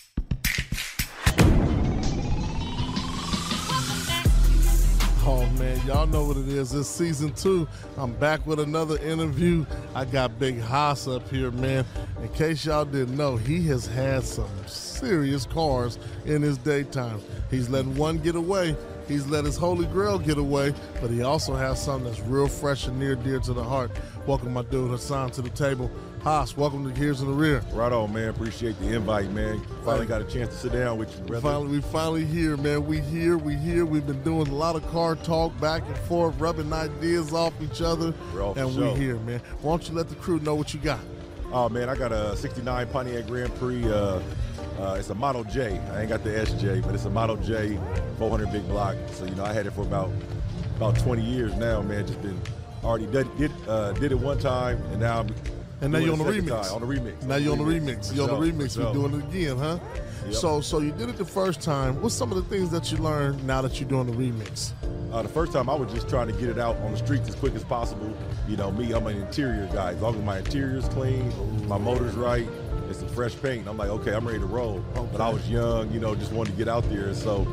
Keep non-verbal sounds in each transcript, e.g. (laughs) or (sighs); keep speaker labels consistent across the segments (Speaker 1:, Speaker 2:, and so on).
Speaker 1: (laughs) Oh, Y'all know what it is. It's season two. I'm back with another interview. I got Big Haas up here, man. In case y'all didn't know, he has had some serious cars in his daytime. He's let one get away. He's let his holy grail get away, but he also has something that's real fresh and near dear to the heart. Welcome my dude Hassan to the table. Haas, welcome to Here's in the Rear.
Speaker 2: Right on, man. Appreciate the invite, man. Finally got a chance to sit down with you,
Speaker 1: We
Speaker 2: brother.
Speaker 1: finally, we finally here, man. We here, we here. We've been doing a lot of car talk back and forth, rubbing ideas off each other,
Speaker 2: Bro, for
Speaker 1: and
Speaker 2: sure.
Speaker 1: we here, man. Why don't you let the crew know what you got?
Speaker 2: Oh man, I got a '69 Pontiac Grand Prix. Uh, uh, it's a Model J. I ain't got the SJ, but it's a Model J, 400 big block. So you know, I had it for about about 20 years now, man. Just been already did did, uh, did it one time, and now I'm
Speaker 1: And now
Speaker 2: doing
Speaker 1: you're on the
Speaker 2: it second
Speaker 1: remix.
Speaker 2: time, on the remix.
Speaker 1: Now you're on the remix.
Speaker 2: For
Speaker 1: You're on the
Speaker 2: sure, for
Speaker 1: remix.
Speaker 2: sure.
Speaker 1: We're doing it again, huh?
Speaker 2: Yep.
Speaker 1: So, so you did it the first time. What's some of the things that you learned now that you're doing the remix?
Speaker 2: Uh, the first time I was just trying to get it out on the streets as quick as possible. You know, me, I'm an interior guy. As long as my interior's clean, my motor's right, it's some fresh paint. I'm like, okay, I'm ready to roll. But I was young, you know, just wanted to get out there. So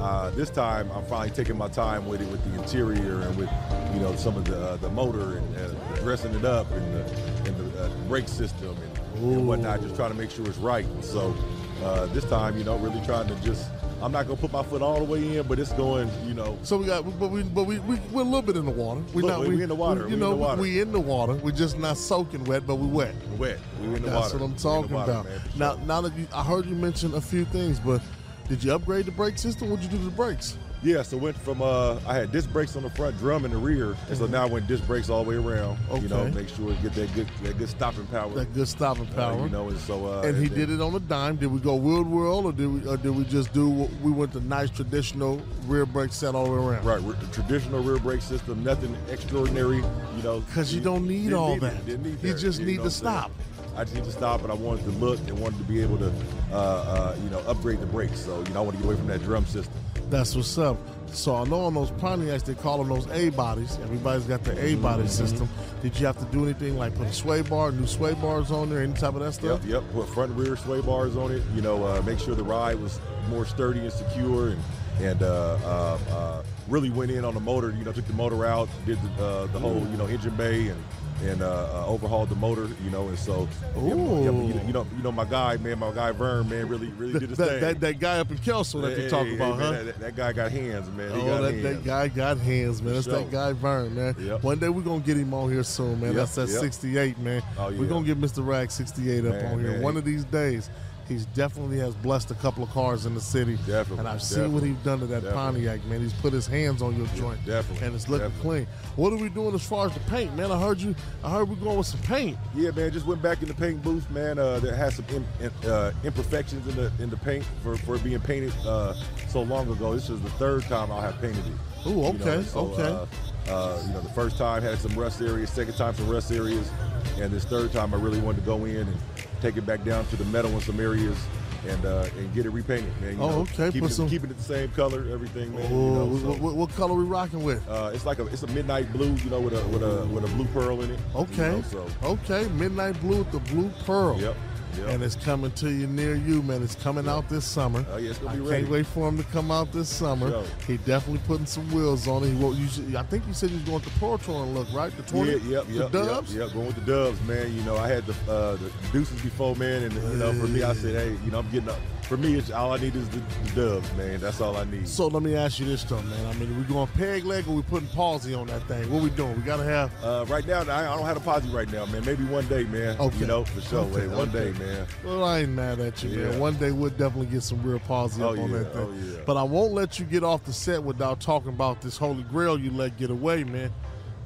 Speaker 2: uh, this time, I'm finally taking my time with it, with the interior and with, you know, some of the uh, the motor and uh, dressing it up and the, and the uh, brake system and, and whatnot. Just trying to make sure it's right. So uh, this time, you know, really trying to just. I'm not gonna put my foot all the way in, but it's going, you know,
Speaker 1: So we got, but we, but we, we we're a little bit in the water. We're
Speaker 2: Look,
Speaker 1: not,
Speaker 2: we-
Speaker 1: we,
Speaker 2: we in the water.
Speaker 1: we-
Speaker 2: We
Speaker 1: you
Speaker 2: in
Speaker 1: know,
Speaker 2: the water.
Speaker 1: we in the water. We're just not soaking wet, but we wet.
Speaker 2: wet. We were in the
Speaker 1: That's what I'm
Speaker 2: water. We were in
Speaker 1: talking
Speaker 2: the water,
Speaker 1: about.
Speaker 2: man, for
Speaker 1: now,
Speaker 2: sure.
Speaker 1: now that you, I heard you mention a few things, but did you upgrade the brake system? What'd you do to the brakes?
Speaker 2: Yeah, so went from uh, I had disc brakes on the front, drum in the rear, and so now I went disc brakes all the way around. You know,
Speaker 1: Mm-hmm. Okay.
Speaker 2: make sure to get that good that good stopping power.
Speaker 1: That good stopping
Speaker 2: uh,
Speaker 1: power.
Speaker 2: you know, and so uh,
Speaker 1: and he
Speaker 2: then-
Speaker 1: did it on a dime. Did we go wheel to wheel, or did we, or did we just do what we went the nice traditional rear brake set all the way around?
Speaker 2: Right, re- traditional rear brake system, nothing extraordinary, you know.
Speaker 1: Because you don't need
Speaker 2: didn't
Speaker 1: all
Speaker 2: need
Speaker 1: that.
Speaker 2: it, didn't need
Speaker 1: You
Speaker 2: that,
Speaker 1: just need
Speaker 2: know
Speaker 1: to
Speaker 2: what I'm saying? I just need to stop, but I wanted to look and wanted to be able to, uh, uh, you know, upgrade the brakes. So, you know, I want to get away from that drum system.
Speaker 1: That's what's up. So I know on those Pontiacs they call them those A bodies. Everybody's got the A
Speaker 2: Mm-hmm.
Speaker 1: body system. Did you have to do anything like put a sway bar, new sway bars on there, any type of that stuff?
Speaker 2: Yep, yep. Put front and rear sway bars on it. You know, uh, make sure the ride was more sturdy and secure, and and uh, uh, uh, really went in on the motor. You know, took the motor out, did the, uh, the whole you know engine bay and and uh, uh, overhauled the motor. You know, and so yep, yep,
Speaker 1: Ooh.
Speaker 2: you, you know, you know, my guy, man, my guy Vern, man, really really did his
Speaker 1: that,
Speaker 2: thing.
Speaker 1: that, that guy up in Kelso that
Speaker 2: Hey,
Speaker 1: you talk
Speaker 2: hey,
Speaker 1: about,
Speaker 2: hey, man,
Speaker 1: huh?
Speaker 2: that, that guy got hands, man. He
Speaker 1: Oh,
Speaker 2: got
Speaker 1: that,
Speaker 2: hands.
Speaker 1: that guy got hands, man.
Speaker 2: For
Speaker 1: That's
Speaker 2: sure.
Speaker 1: that guy Vern, man.
Speaker 2: Yep.
Speaker 1: One day we're gonna get him on here soon, man.
Speaker 2: Yep,
Speaker 1: That's that
Speaker 2: yep.
Speaker 1: 68, man.
Speaker 2: Oh,
Speaker 1: We're
Speaker 2: yeah.
Speaker 1: gonna get Mr. Rag 68 up
Speaker 2: Man,
Speaker 1: on here.
Speaker 2: man,
Speaker 1: One
Speaker 2: he-
Speaker 1: of these days, he's definitely has blessed a couple of cars in the city.
Speaker 2: Definitely,
Speaker 1: And I've seen what
Speaker 2: definitely,
Speaker 1: he's done to that
Speaker 2: definitely.
Speaker 1: Pontiac, man. He's put his hands on your joint.
Speaker 2: definitely,
Speaker 1: And it's looking
Speaker 2: definitely.
Speaker 1: clean. What are we doing as far as the paint, man? I heard you I heard we're going with some paint.
Speaker 2: Yeah, man, just went back in the paint booth, man. Uh, that has some im im- uh, imperfections in the in the paint for, for being painted uh, so long ago. This is the third time I have painted it.
Speaker 1: Ooh,
Speaker 2: You know,
Speaker 1: okay,
Speaker 2: and so,
Speaker 1: okay.
Speaker 2: Uh, uh, you know, the first time had some rust areas, second time some rust areas, and this third time I really wanted to go in and take it back down to the metal in some areas and uh, and get it repainted, man. You
Speaker 1: Oh,
Speaker 2: know,
Speaker 1: okay,
Speaker 2: Keeping
Speaker 1: put
Speaker 2: it,
Speaker 1: some-
Speaker 2: keeping it the same color, everything, man. you
Speaker 1: Oh,
Speaker 2: know,
Speaker 1: what,
Speaker 2: so,
Speaker 1: what- what color we rocking with?
Speaker 2: uh, it's like a it's a midnight blue, you know, with a with a with a blue pearl in it. you
Speaker 1: Okay.
Speaker 2: know, so
Speaker 1: Okay. Midnight blue with the blue pearl.
Speaker 2: Yep, yep.
Speaker 1: And it's coming to you near you, man. It's coming out this summer.
Speaker 2: Oh, yeah, it's gonna
Speaker 1: I
Speaker 2: be
Speaker 1: can't
Speaker 2: ready.
Speaker 1: wait for him to come out this summer.
Speaker 2: Yo.
Speaker 1: He definitely putting some wheels on it. He won't, you should, I think you said you was going to Portron look, right? The 20,
Speaker 2: Yeah, yep,
Speaker 1: the
Speaker 2: yep,
Speaker 1: dubs?
Speaker 2: Yep, yep, going with the Dubs, man. You know, I had the, uh, the Deuces before, man, and you know, for me, I said, hey, you know, I'm getting up. For me, it's all I need is the, the Dubs, man. That's all I need.
Speaker 1: So let me ask you this though, man. I mean, we going peg leg or we putting palsy on that thing? What we doing? We gotta have
Speaker 2: Uh, right now, I, I don't have a posse right now, man. Maybe one day, man.
Speaker 1: Okay.
Speaker 2: You know, for sure.
Speaker 1: Okay,
Speaker 2: hey, one
Speaker 1: okay.
Speaker 2: day, man.
Speaker 1: Well, I ain't mad at you, man.
Speaker 2: Yeah.
Speaker 1: One day we'll definitely get some real positive
Speaker 2: Oh,
Speaker 1: on
Speaker 2: yeah,
Speaker 1: that thing.
Speaker 2: oh, yeah.
Speaker 1: But I won't let you get off the set without talking about this holy grail you let get away, man.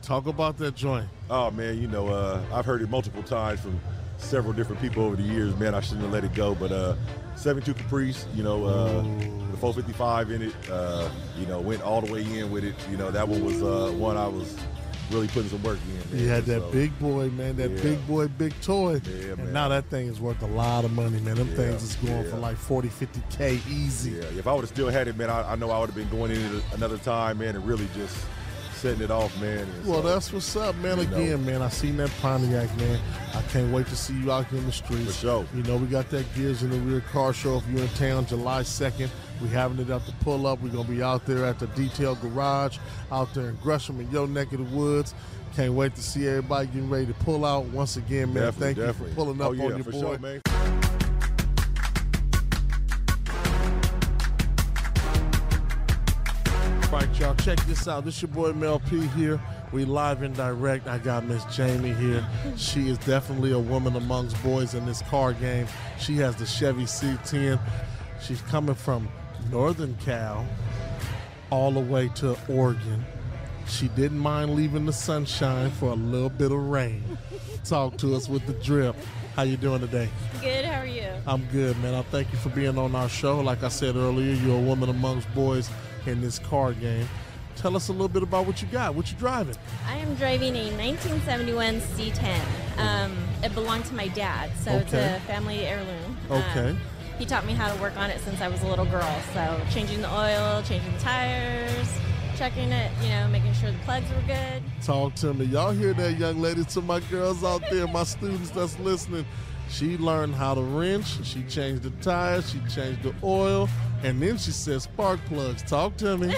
Speaker 1: Talk about that joint.
Speaker 2: Oh man, you know, uh, I've heard it multiple times from several different people over the years. Man, I shouldn't have let it go. But uh, 72 Caprice, you know, uh, the 455 in it, uh, you know, went all the way in with it. You know, that one was uh, one I was really putting some work in.
Speaker 1: You
Speaker 2: man.
Speaker 1: had that
Speaker 2: So,
Speaker 1: big boy, man. That
Speaker 2: Yeah.
Speaker 1: big boy, big toy.
Speaker 2: Yeah,
Speaker 1: and
Speaker 2: man.
Speaker 1: now that thing is worth a lot of money, man. Them
Speaker 2: Yeah,
Speaker 1: things is going for
Speaker 2: yeah.
Speaker 1: like 40, 50K easy.
Speaker 2: Yeah, if I would have still had it, man, I, I know I would have been going into another time, man, and really just setting it off, man. And
Speaker 1: Well,
Speaker 2: so-
Speaker 1: that's what's up, man.
Speaker 2: You know.
Speaker 1: Again, man, I seen that Pontiac, man. I can't wait to see you out here in the streets.
Speaker 2: For sure.
Speaker 1: You know, we got that Gears in the Rear car show if you're in town July 2nd. We're having it up to pull up. We're going to be out there at the Detail Garage out there in Gresham in your neck of the woods. Can't wait to see everybody getting ready to pull out. Once again, man,
Speaker 2: Definitely,
Speaker 1: thank
Speaker 2: definitely.
Speaker 1: you for pulling up
Speaker 2: oh, yeah,
Speaker 1: on your
Speaker 2: for
Speaker 1: boy.
Speaker 2: Sure, man.
Speaker 1: All right, y'all, check this out. This your boy Mel P here. We live and direct. I got Miss Jamie here. She is definitely a woman amongst boys in this car game. She has the Chevy C10. She's coming from Northern Cal all the way to Oregon. She didn't mind leaving the sunshine for a little bit of rain. Talk to us with the drip. How you doing today?
Speaker 3: Good, how are you?
Speaker 1: I'm good, man. I thank you for being on our show. Like I said earlier, you're a woman amongst boys in this card game. Tell us a little bit about what you got, what you driving.
Speaker 3: I am driving a 1971 C10. Um, it belonged to my dad, so it's
Speaker 1: Okay.
Speaker 3: a family heirloom. Um,
Speaker 1: Okay.
Speaker 3: he taught me how to work on it since I was a little girl. So changing the oil, changing the tires, checking it, you know, making sure the plugs were good.
Speaker 1: Talk to me. Y'all hear that, young ladies? To my girls out there, my students that's listening, she learned how to wrench. She changed the tires. She changed the oil, and then she said spark plugs. Talk to me.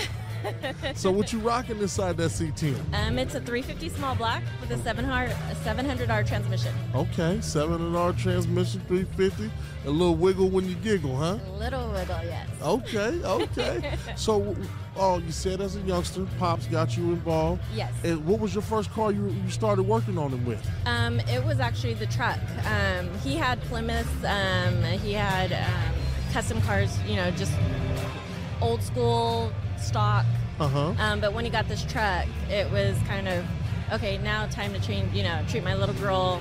Speaker 1: so what you rocking inside that C10?
Speaker 3: Um, it's a 350 small block with a 700 a 700R transmission.
Speaker 1: Okay, seven and R transmission, 350. A little wiggle when you giggle, huh?
Speaker 3: A little wiggle, yes.
Speaker 1: Okay,
Speaker 3: (laughs)
Speaker 1: okay. so, oh, you said as a youngster, pops got you involved.
Speaker 3: Yes.
Speaker 1: And what was your first car you, you started working on it with?
Speaker 3: Um, it was actually the truck. Um, he had Plymouths. Um, he had um, custom cars. You know, just old school stock.
Speaker 1: Uh huh.
Speaker 3: Um, but when he got this truck, it was kind of okay. Now time to train. You know, treat my little girl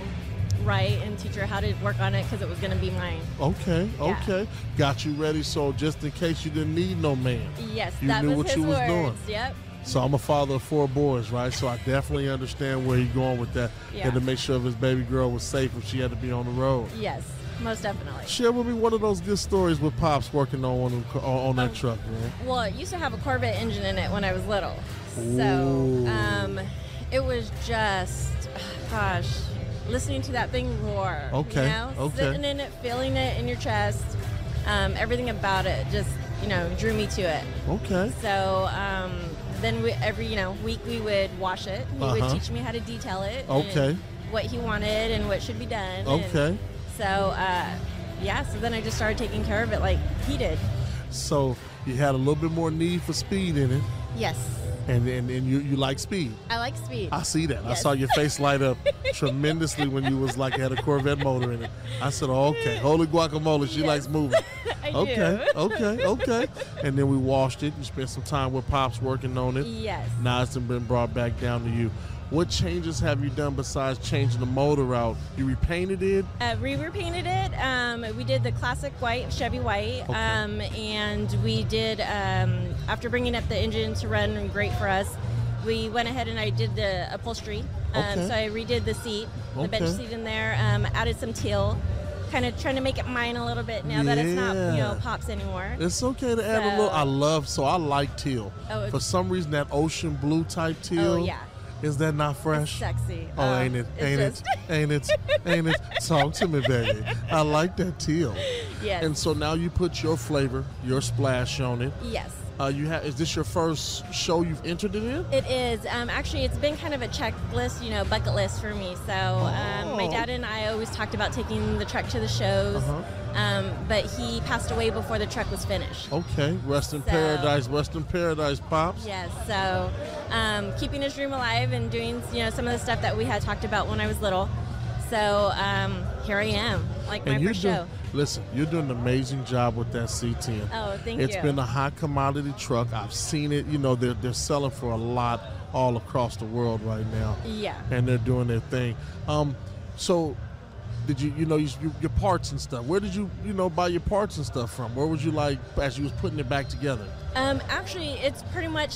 Speaker 3: right and teach her how to work on it because it was going to be mine.
Speaker 1: Okay,
Speaker 3: Yeah.
Speaker 1: okay. Got you ready. So just in case you didn't need no man.
Speaker 3: Yes,
Speaker 1: You
Speaker 3: that
Speaker 1: knew
Speaker 3: was
Speaker 1: what
Speaker 3: his
Speaker 1: you was
Speaker 3: words.
Speaker 1: doing.
Speaker 3: Yep.
Speaker 1: So I'm a father of four boys, right? So I definitely understand where he's going with that.
Speaker 3: Yeah.
Speaker 1: And to make sure if his baby girl was safe if she had to be on the road.
Speaker 3: Yes, most definitely.
Speaker 1: Share with me one of those good stories with pops working on one of them, on on that
Speaker 3: Oh.
Speaker 1: truck, man.
Speaker 3: Well, it used to have a Corvette engine in it when I was little. So
Speaker 1: Ooh.
Speaker 3: um, it was just, (sighs) gosh, listening to that thing roar.
Speaker 1: Okay,
Speaker 3: You know?
Speaker 1: okay.
Speaker 3: Sitting in it, feeling it in your chest. Um, everything about it just, you know, drew me to it.
Speaker 1: Okay.
Speaker 3: So um, then we, every, you know, week we would wash it. He would
Speaker 1: Uh-huh.
Speaker 3: teach me how to detail it. and
Speaker 1: Okay.
Speaker 3: What he wanted and what should be done. and
Speaker 1: Okay.
Speaker 3: So, uh, yeah, so then I just started taking care of it like he did.
Speaker 1: So you had a little bit more need for speed in it.
Speaker 3: Yes.
Speaker 1: And, and, and you, you like speed.
Speaker 3: I like speed.
Speaker 1: I see that. I
Speaker 3: Yes.
Speaker 1: saw your face light up tremendously when you was like had a Corvette motor in it. I said, oh, okay, holy guacamole, she
Speaker 3: Yes.
Speaker 1: likes
Speaker 3: (laughs)
Speaker 1: moving.
Speaker 3: I
Speaker 1: okay,
Speaker 3: do.
Speaker 1: okay, okay. And then we washed it and spent some time with Pops working on it.
Speaker 3: Yes.
Speaker 1: Now it's been brought back down to you. What changes have you done besides changing the motor out? You repainted it?
Speaker 3: Uh, we repainted it. Um, we did the classic white, Chevy white.
Speaker 1: Okay.
Speaker 3: Um, and we did, um, after bringing up the engine to run great for us, we went ahead and I did the upholstery. Um,
Speaker 1: Okay.
Speaker 3: So I redid the seat, the bench
Speaker 1: Okay.
Speaker 3: seat in there, um, added some teal, kind of trying to make it mine a little bit now that it's not, you know,
Speaker 1: Yeah.
Speaker 3: pops anymore.
Speaker 1: It's okay to add a little.
Speaker 3: So-
Speaker 1: I love so I like teal.
Speaker 3: Oh, it-
Speaker 1: For some reason, that ocean blue type teal.
Speaker 3: yeah.
Speaker 1: Is that not
Speaker 3: It's
Speaker 1: fresh?
Speaker 3: sexy.
Speaker 1: Oh,
Speaker 3: Um,
Speaker 1: ain't it?
Speaker 3: it's
Speaker 1: Ain't
Speaker 3: just- (laughs)
Speaker 1: it? Ain't it? Ain't it? Talk to me, baby. I like that teal.
Speaker 3: Yes.
Speaker 1: And so now you put your flavor, your splash on it.
Speaker 3: yes.
Speaker 1: Uh, you have. Is this your first show you've entered it in?
Speaker 3: It is. Um, actually, it's been kind of a checklist, you know, bucket list for me. So um, my
Speaker 1: Oh.
Speaker 3: dad and I always talked about taking the truck to the shows,
Speaker 1: Uh-huh. Oh.
Speaker 3: um, but he passed away before the truck was finished.
Speaker 1: Okay. Rest in
Speaker 3: So-
Speaker 1: paradise. Rest in paradise, pops.
Speaker 3: Yes, so um, keeping his dream alive and doing, you know, some of the stuff that we had talked about when I was little. So um, here I am, like my
Speaker 1: And you're
Speaker 3: first
Speaker 1: doing.
Speaker 3: show.
Speaker 1: Listen, you're doing an amazing job with that C10.
Speaker 3: Oh, thank
Speaker 1: It's
Speaker 3: you.
Speaker 1: been a high commodity truck. I've seen it. You know, they're, they're selling for a lot all across the world right now,
Speaker 3: yeah.
Speaker 1: and they're doing their thing. Um, so, did you you know you, you, your parts and stuff? Where did you you know buy your parts and stuff from? Where was you like as you was putting it back together?
Speaker 3: Um, actually, it's pretty much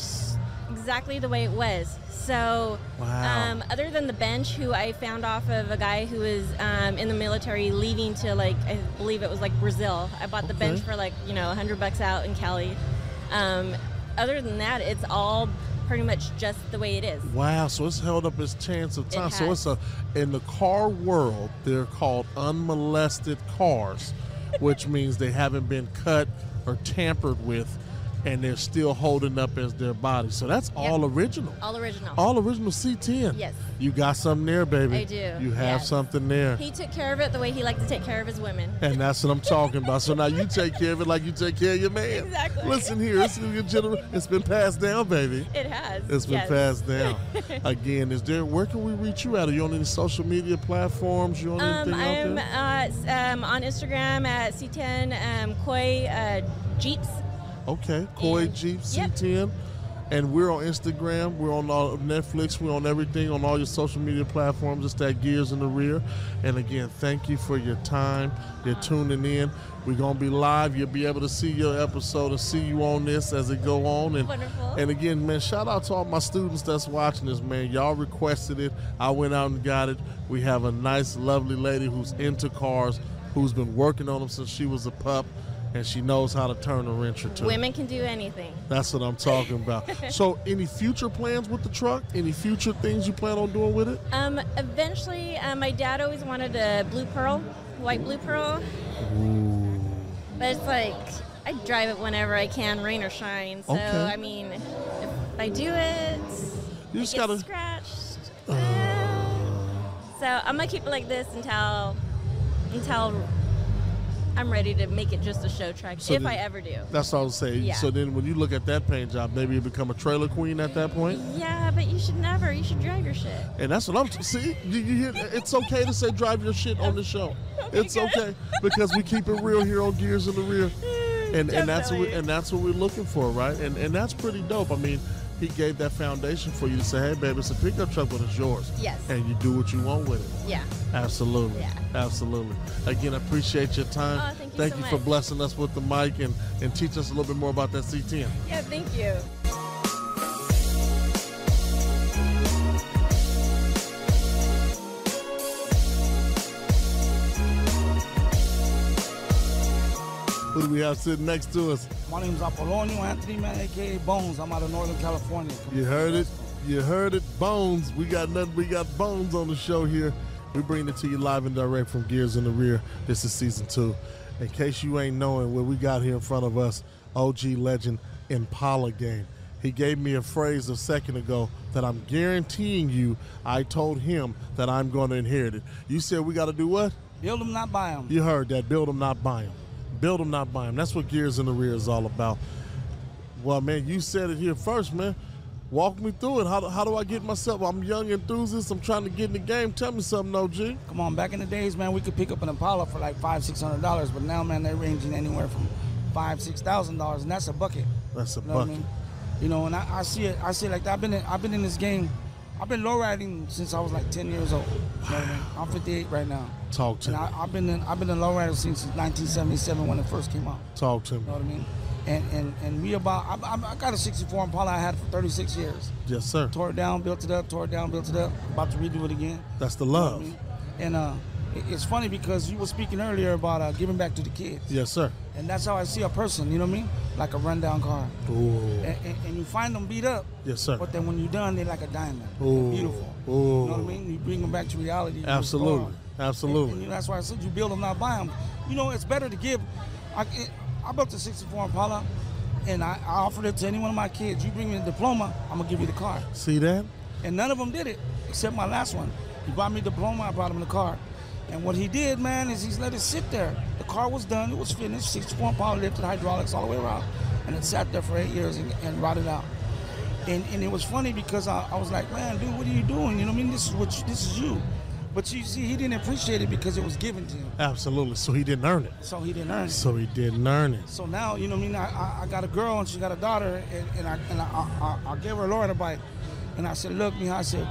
Speaker 3: exactly the way it was. So,
Speaker 1: Wow.
Speaker 3: um, other than the bench, who I found off of a guy who was um, in the military leaving to like, I believe it was like Brazil. I bought the
Speaker 1: Okay.
Speaker 3: bench for like, you know, 100 bucks out in Cali. Um, other than that, it's all pretty much just the way it is.
Speaker 1: Wow, so it's held up its chance of time. So it's
Speaker 3: has.
Speaker 1: a in the car world,
Speaker 3: (laughs)
Speaker 1: they're called unmolested cars, which means they haven't been cut, or tampered with, and they're still holding up as their body. So that's all original.
Speaker 3: All original.
Speaker 1: All original C10.
Speaker 3: Yes.
Speaker 1: You got something there, baby.
Speaker 3: I do,
Speaker 1: You have
Speaker 3: yes.
Speaker 1: something there.
Speaker 3: He took care of it the way he liked to take care of
Speaker 1: (laughs)
Speaker 3: his women.
Speaker 1: And that's what I'm talking about. So now you take care of it like you take care of your man.
Speaker 3: Exactly.
Speaker 1: Listen here, it's, your gener- it's been passed down, baby.
Speaker 3: It has.
Speaker 1: It's been
Speaker 3: yes.
Speaker 1: passed
Speaker 3: (laughs)
Speaker 1: down. Again, is there where can we reach you at? Are you on any social media platforms? You on
Speaker 3: Um,
Speaker 1: anything out
Speaker 3: I'm uh,
Speaker 1: there?
Speaker 3: s- um, on Instagram at C10 um, Koi uh, Jeeps.
Speaker 1: Okay, Koi
Speaker 3: and-
Speaker 1: Jeep
Speaker 3: yep.
Speaker 1: C10, and we're on Instagram. We're on all Netflix. We're on everything on all your social media platforms. It's that gears in the rear. And again, thank you for your time. You're tuning in. We're gonna be live. You'll be able to see your episode and see you on this as it go on. And
Speaker 3: Wonderful.
Speaker 1: and again, man, shout out to all my students that's watching this, man. Y'all requested it. I went out and got it. We have a nice, lovely lady who's into cars, who's been working on them since she was a pup, and she knows how to turn a wrench or two.
Speaker 3: Women can do anything.
Speaker 1: That's what I'm talking
Speaker 3: (laughs)
Speaker 1: about. so, any future plans with the truck? Any future things you plan on doing with it?
Speaker 3: Um, eventually, uh, my dad always wanted a blue pearl, white blue pearl. But it's like I drive it whenever I can, rain or shine. So
Speaker 1: Okay.
Speaker 3: I mean, if I do it,
Speaker 1: You
Speaker 3: it
Speaker 1: just
Speaker 3: gets
Speaker 1: gotta- Uh.
Speaker 3: scratched. so I'm gonna keep it like this until until I'm ready to make it just a show track,
Speaker 1: So
Speaker 3: if
Speaker 1: then-
Speaker 3: I ever do.
Speaker 1: That's what I was saying.
Speaker 3: Yeah.
Speaker 1: So then, when you look at that paint job, maybe you become a trailer queen at that point.
Speaker 3: Yeah, but you should never. You should drive your shit.
Speaker 1: And that's what I'm see. You, you hear? It's okay to say drive your shit on the
Speaker 3: (laughs)
Speaker 1: show. It's okay because we keep it real here on Gears in the Rear, and and that's what we,
Speaker 3: Definitely.
Speaker 1: and that's what we're looking for, right? And and that's pretty dope. I mean, he gave that foundation for you to say, hey, baby, it's a pickup truck, but it's yours.
Speaker 3: Yes.
Speaker 1: And you do what you want with it.
Speaker 3: Yeah.
Speaker 1: Absolutely.
Speaker 3: Yeah.
Speaker 1: Absolutely. Again, I appreciate your time.
Speaker 3: Oh, thank you so
Speaker 1: for
Speaker 3: much.
Speaker 1: blessing us with the mic and, and teach us a little bit more about that C10.
Speaker 3: Yeah. Thank you.
Speaker 1: Who do we have sitting next to us?
Speaker 4: My name's Apolonio Anthony, man, aka Bones. I'm out of Northern California.
Speaker 1: You heard it. You heard it. Bones. We got nothing. We got Bones on the show here. We bring it to you live and direct from Gears in the Rear. This is season two. In case you ain't knowing what we got here in front of us, OG legend Impala game. He gave me a phrase a second ago that I'm guaranteeing you I told him that I'm going to inherit it. You said we got to do what?
Speaker 4: Build them, not buy them.
Speaker 1: You heard that. Build them, not buy them. Build them, not buy them. That's what Gears in the Rear is all about. Well, man, you said it here first, man. Walk me through it. How, do- how do I get myself? I'm young enthusiast. I'm trying to get in the game. Tell me something, OG.
Speaker 4: Come on, back in the days, man, we could pick up an Impala for like five, six hundred dollars, but now, man, they're ranging anywhere from five, six thousand dollars, and that's a bucket.
Speaker 1: That's a
Speaker 4: You know what I
Speaker 1: bucket.
Speaker 4: mean? You know, and I, I see it. I see it like that. I've been in, I've been in this game. I've been lowriding since I was like ten years old. You know what I mean? I'm 58 right now,
Speaker 1: Talk to
Speaker 4: and
Speaker 1: me.
Speaker 4: I, I've been in, I've been a lowrider since 1977 when it first came out.
Speaker 1: Talk to me.
Speaker 4: You know what I mean? And and and we about I, I, I got a 64 Impala I had for 36 years.
Speaker 1: Yes, sir.
Speaker 4: tore it down, built it up, tore it down, built it up. About to redo it again.
Speaker 1: That's the
Speaker 4: I
Speaker 1: love.
Speaker 4: mean, And uh, it- it's funny because you were speaking earlier about uh, giving back to the kids,
Speaker 1: Yes, sir.
Speaker 4: and that's how I see a person. You know what I mean? Like a rundown car,
Speaker 1: Ooh.
Speaker 4: and, and, and you find them beat up.
Speaker 1: Yes, sir.
Speaker 4: But then when you're done, they're like a diamond. They're
Speaker 1: Ooh.
Speaker 4: beautiful.
Speaker 1: Ooh.
Speaker 4: You know what I mean? You bring them back to reality. you
Speaker 1: Absolutely.
Speaker 4: restore 'em.
Speaker 1: Absolutely.
Speaker 4: And, and that's why I said you build them, not buy them. You know, it's better to give. I, it, I built a 64 Impala, and I, I offered it to any one of my kids. You bring me the diploma, I'm gonna give you the car.
Speaker 1: See that?
Speaker 4: And none of them did it, except my last one. He brought me the diploma, I brought him the car. And what he did, man, is he's let it sit there. The car was done, it was finished, 64 pound lifted hydraulics all the way around. And it sat there for eight years and, and rotted out. And, and it was funny because I, I was like, man, dude, what are you doing? You know what I mean? This is what you, this is you. But you see, he didn't appreciate it because it was given to him.
Speaker 1: Absolutely. So he didn't earn it.
Speaker 4: So he didn't earn it.
Speaker 1: So he didn't earn it.
Speaker 4: So now, you know what I mean? I, I, I got a girl and she got a daughter, and, and, I, and I, I, I I gave her a Loretta bike. And I said, Look, Mija, I said,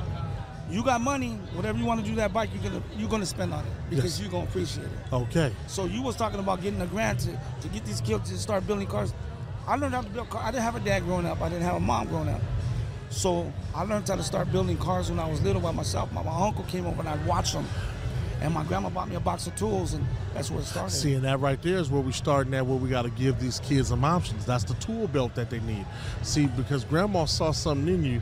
Speaker 4: You got money, whatever you want to do that bike, you're going to you're gonna spend on it because
Speaker 1: Yes.
Speaker 4: you're going to appreciate it.
Speaker 1: Okay.
Speaker 4: So you was talking about getting a grant to, to get these kids to start building cars. I learned how to build cars. I didn't have a dad growing up, I didn't have a mom growing up. So I learned how to start building cars when I was little by myself. My, my uncle came over and I watched him. And my grandma bought me a box of tools, and that's where it started.
Speaker 1: Seeing that right there is where we starting at, where we got to give these kids some options. That's the tool belt that they need. See, because grandma saw something in you,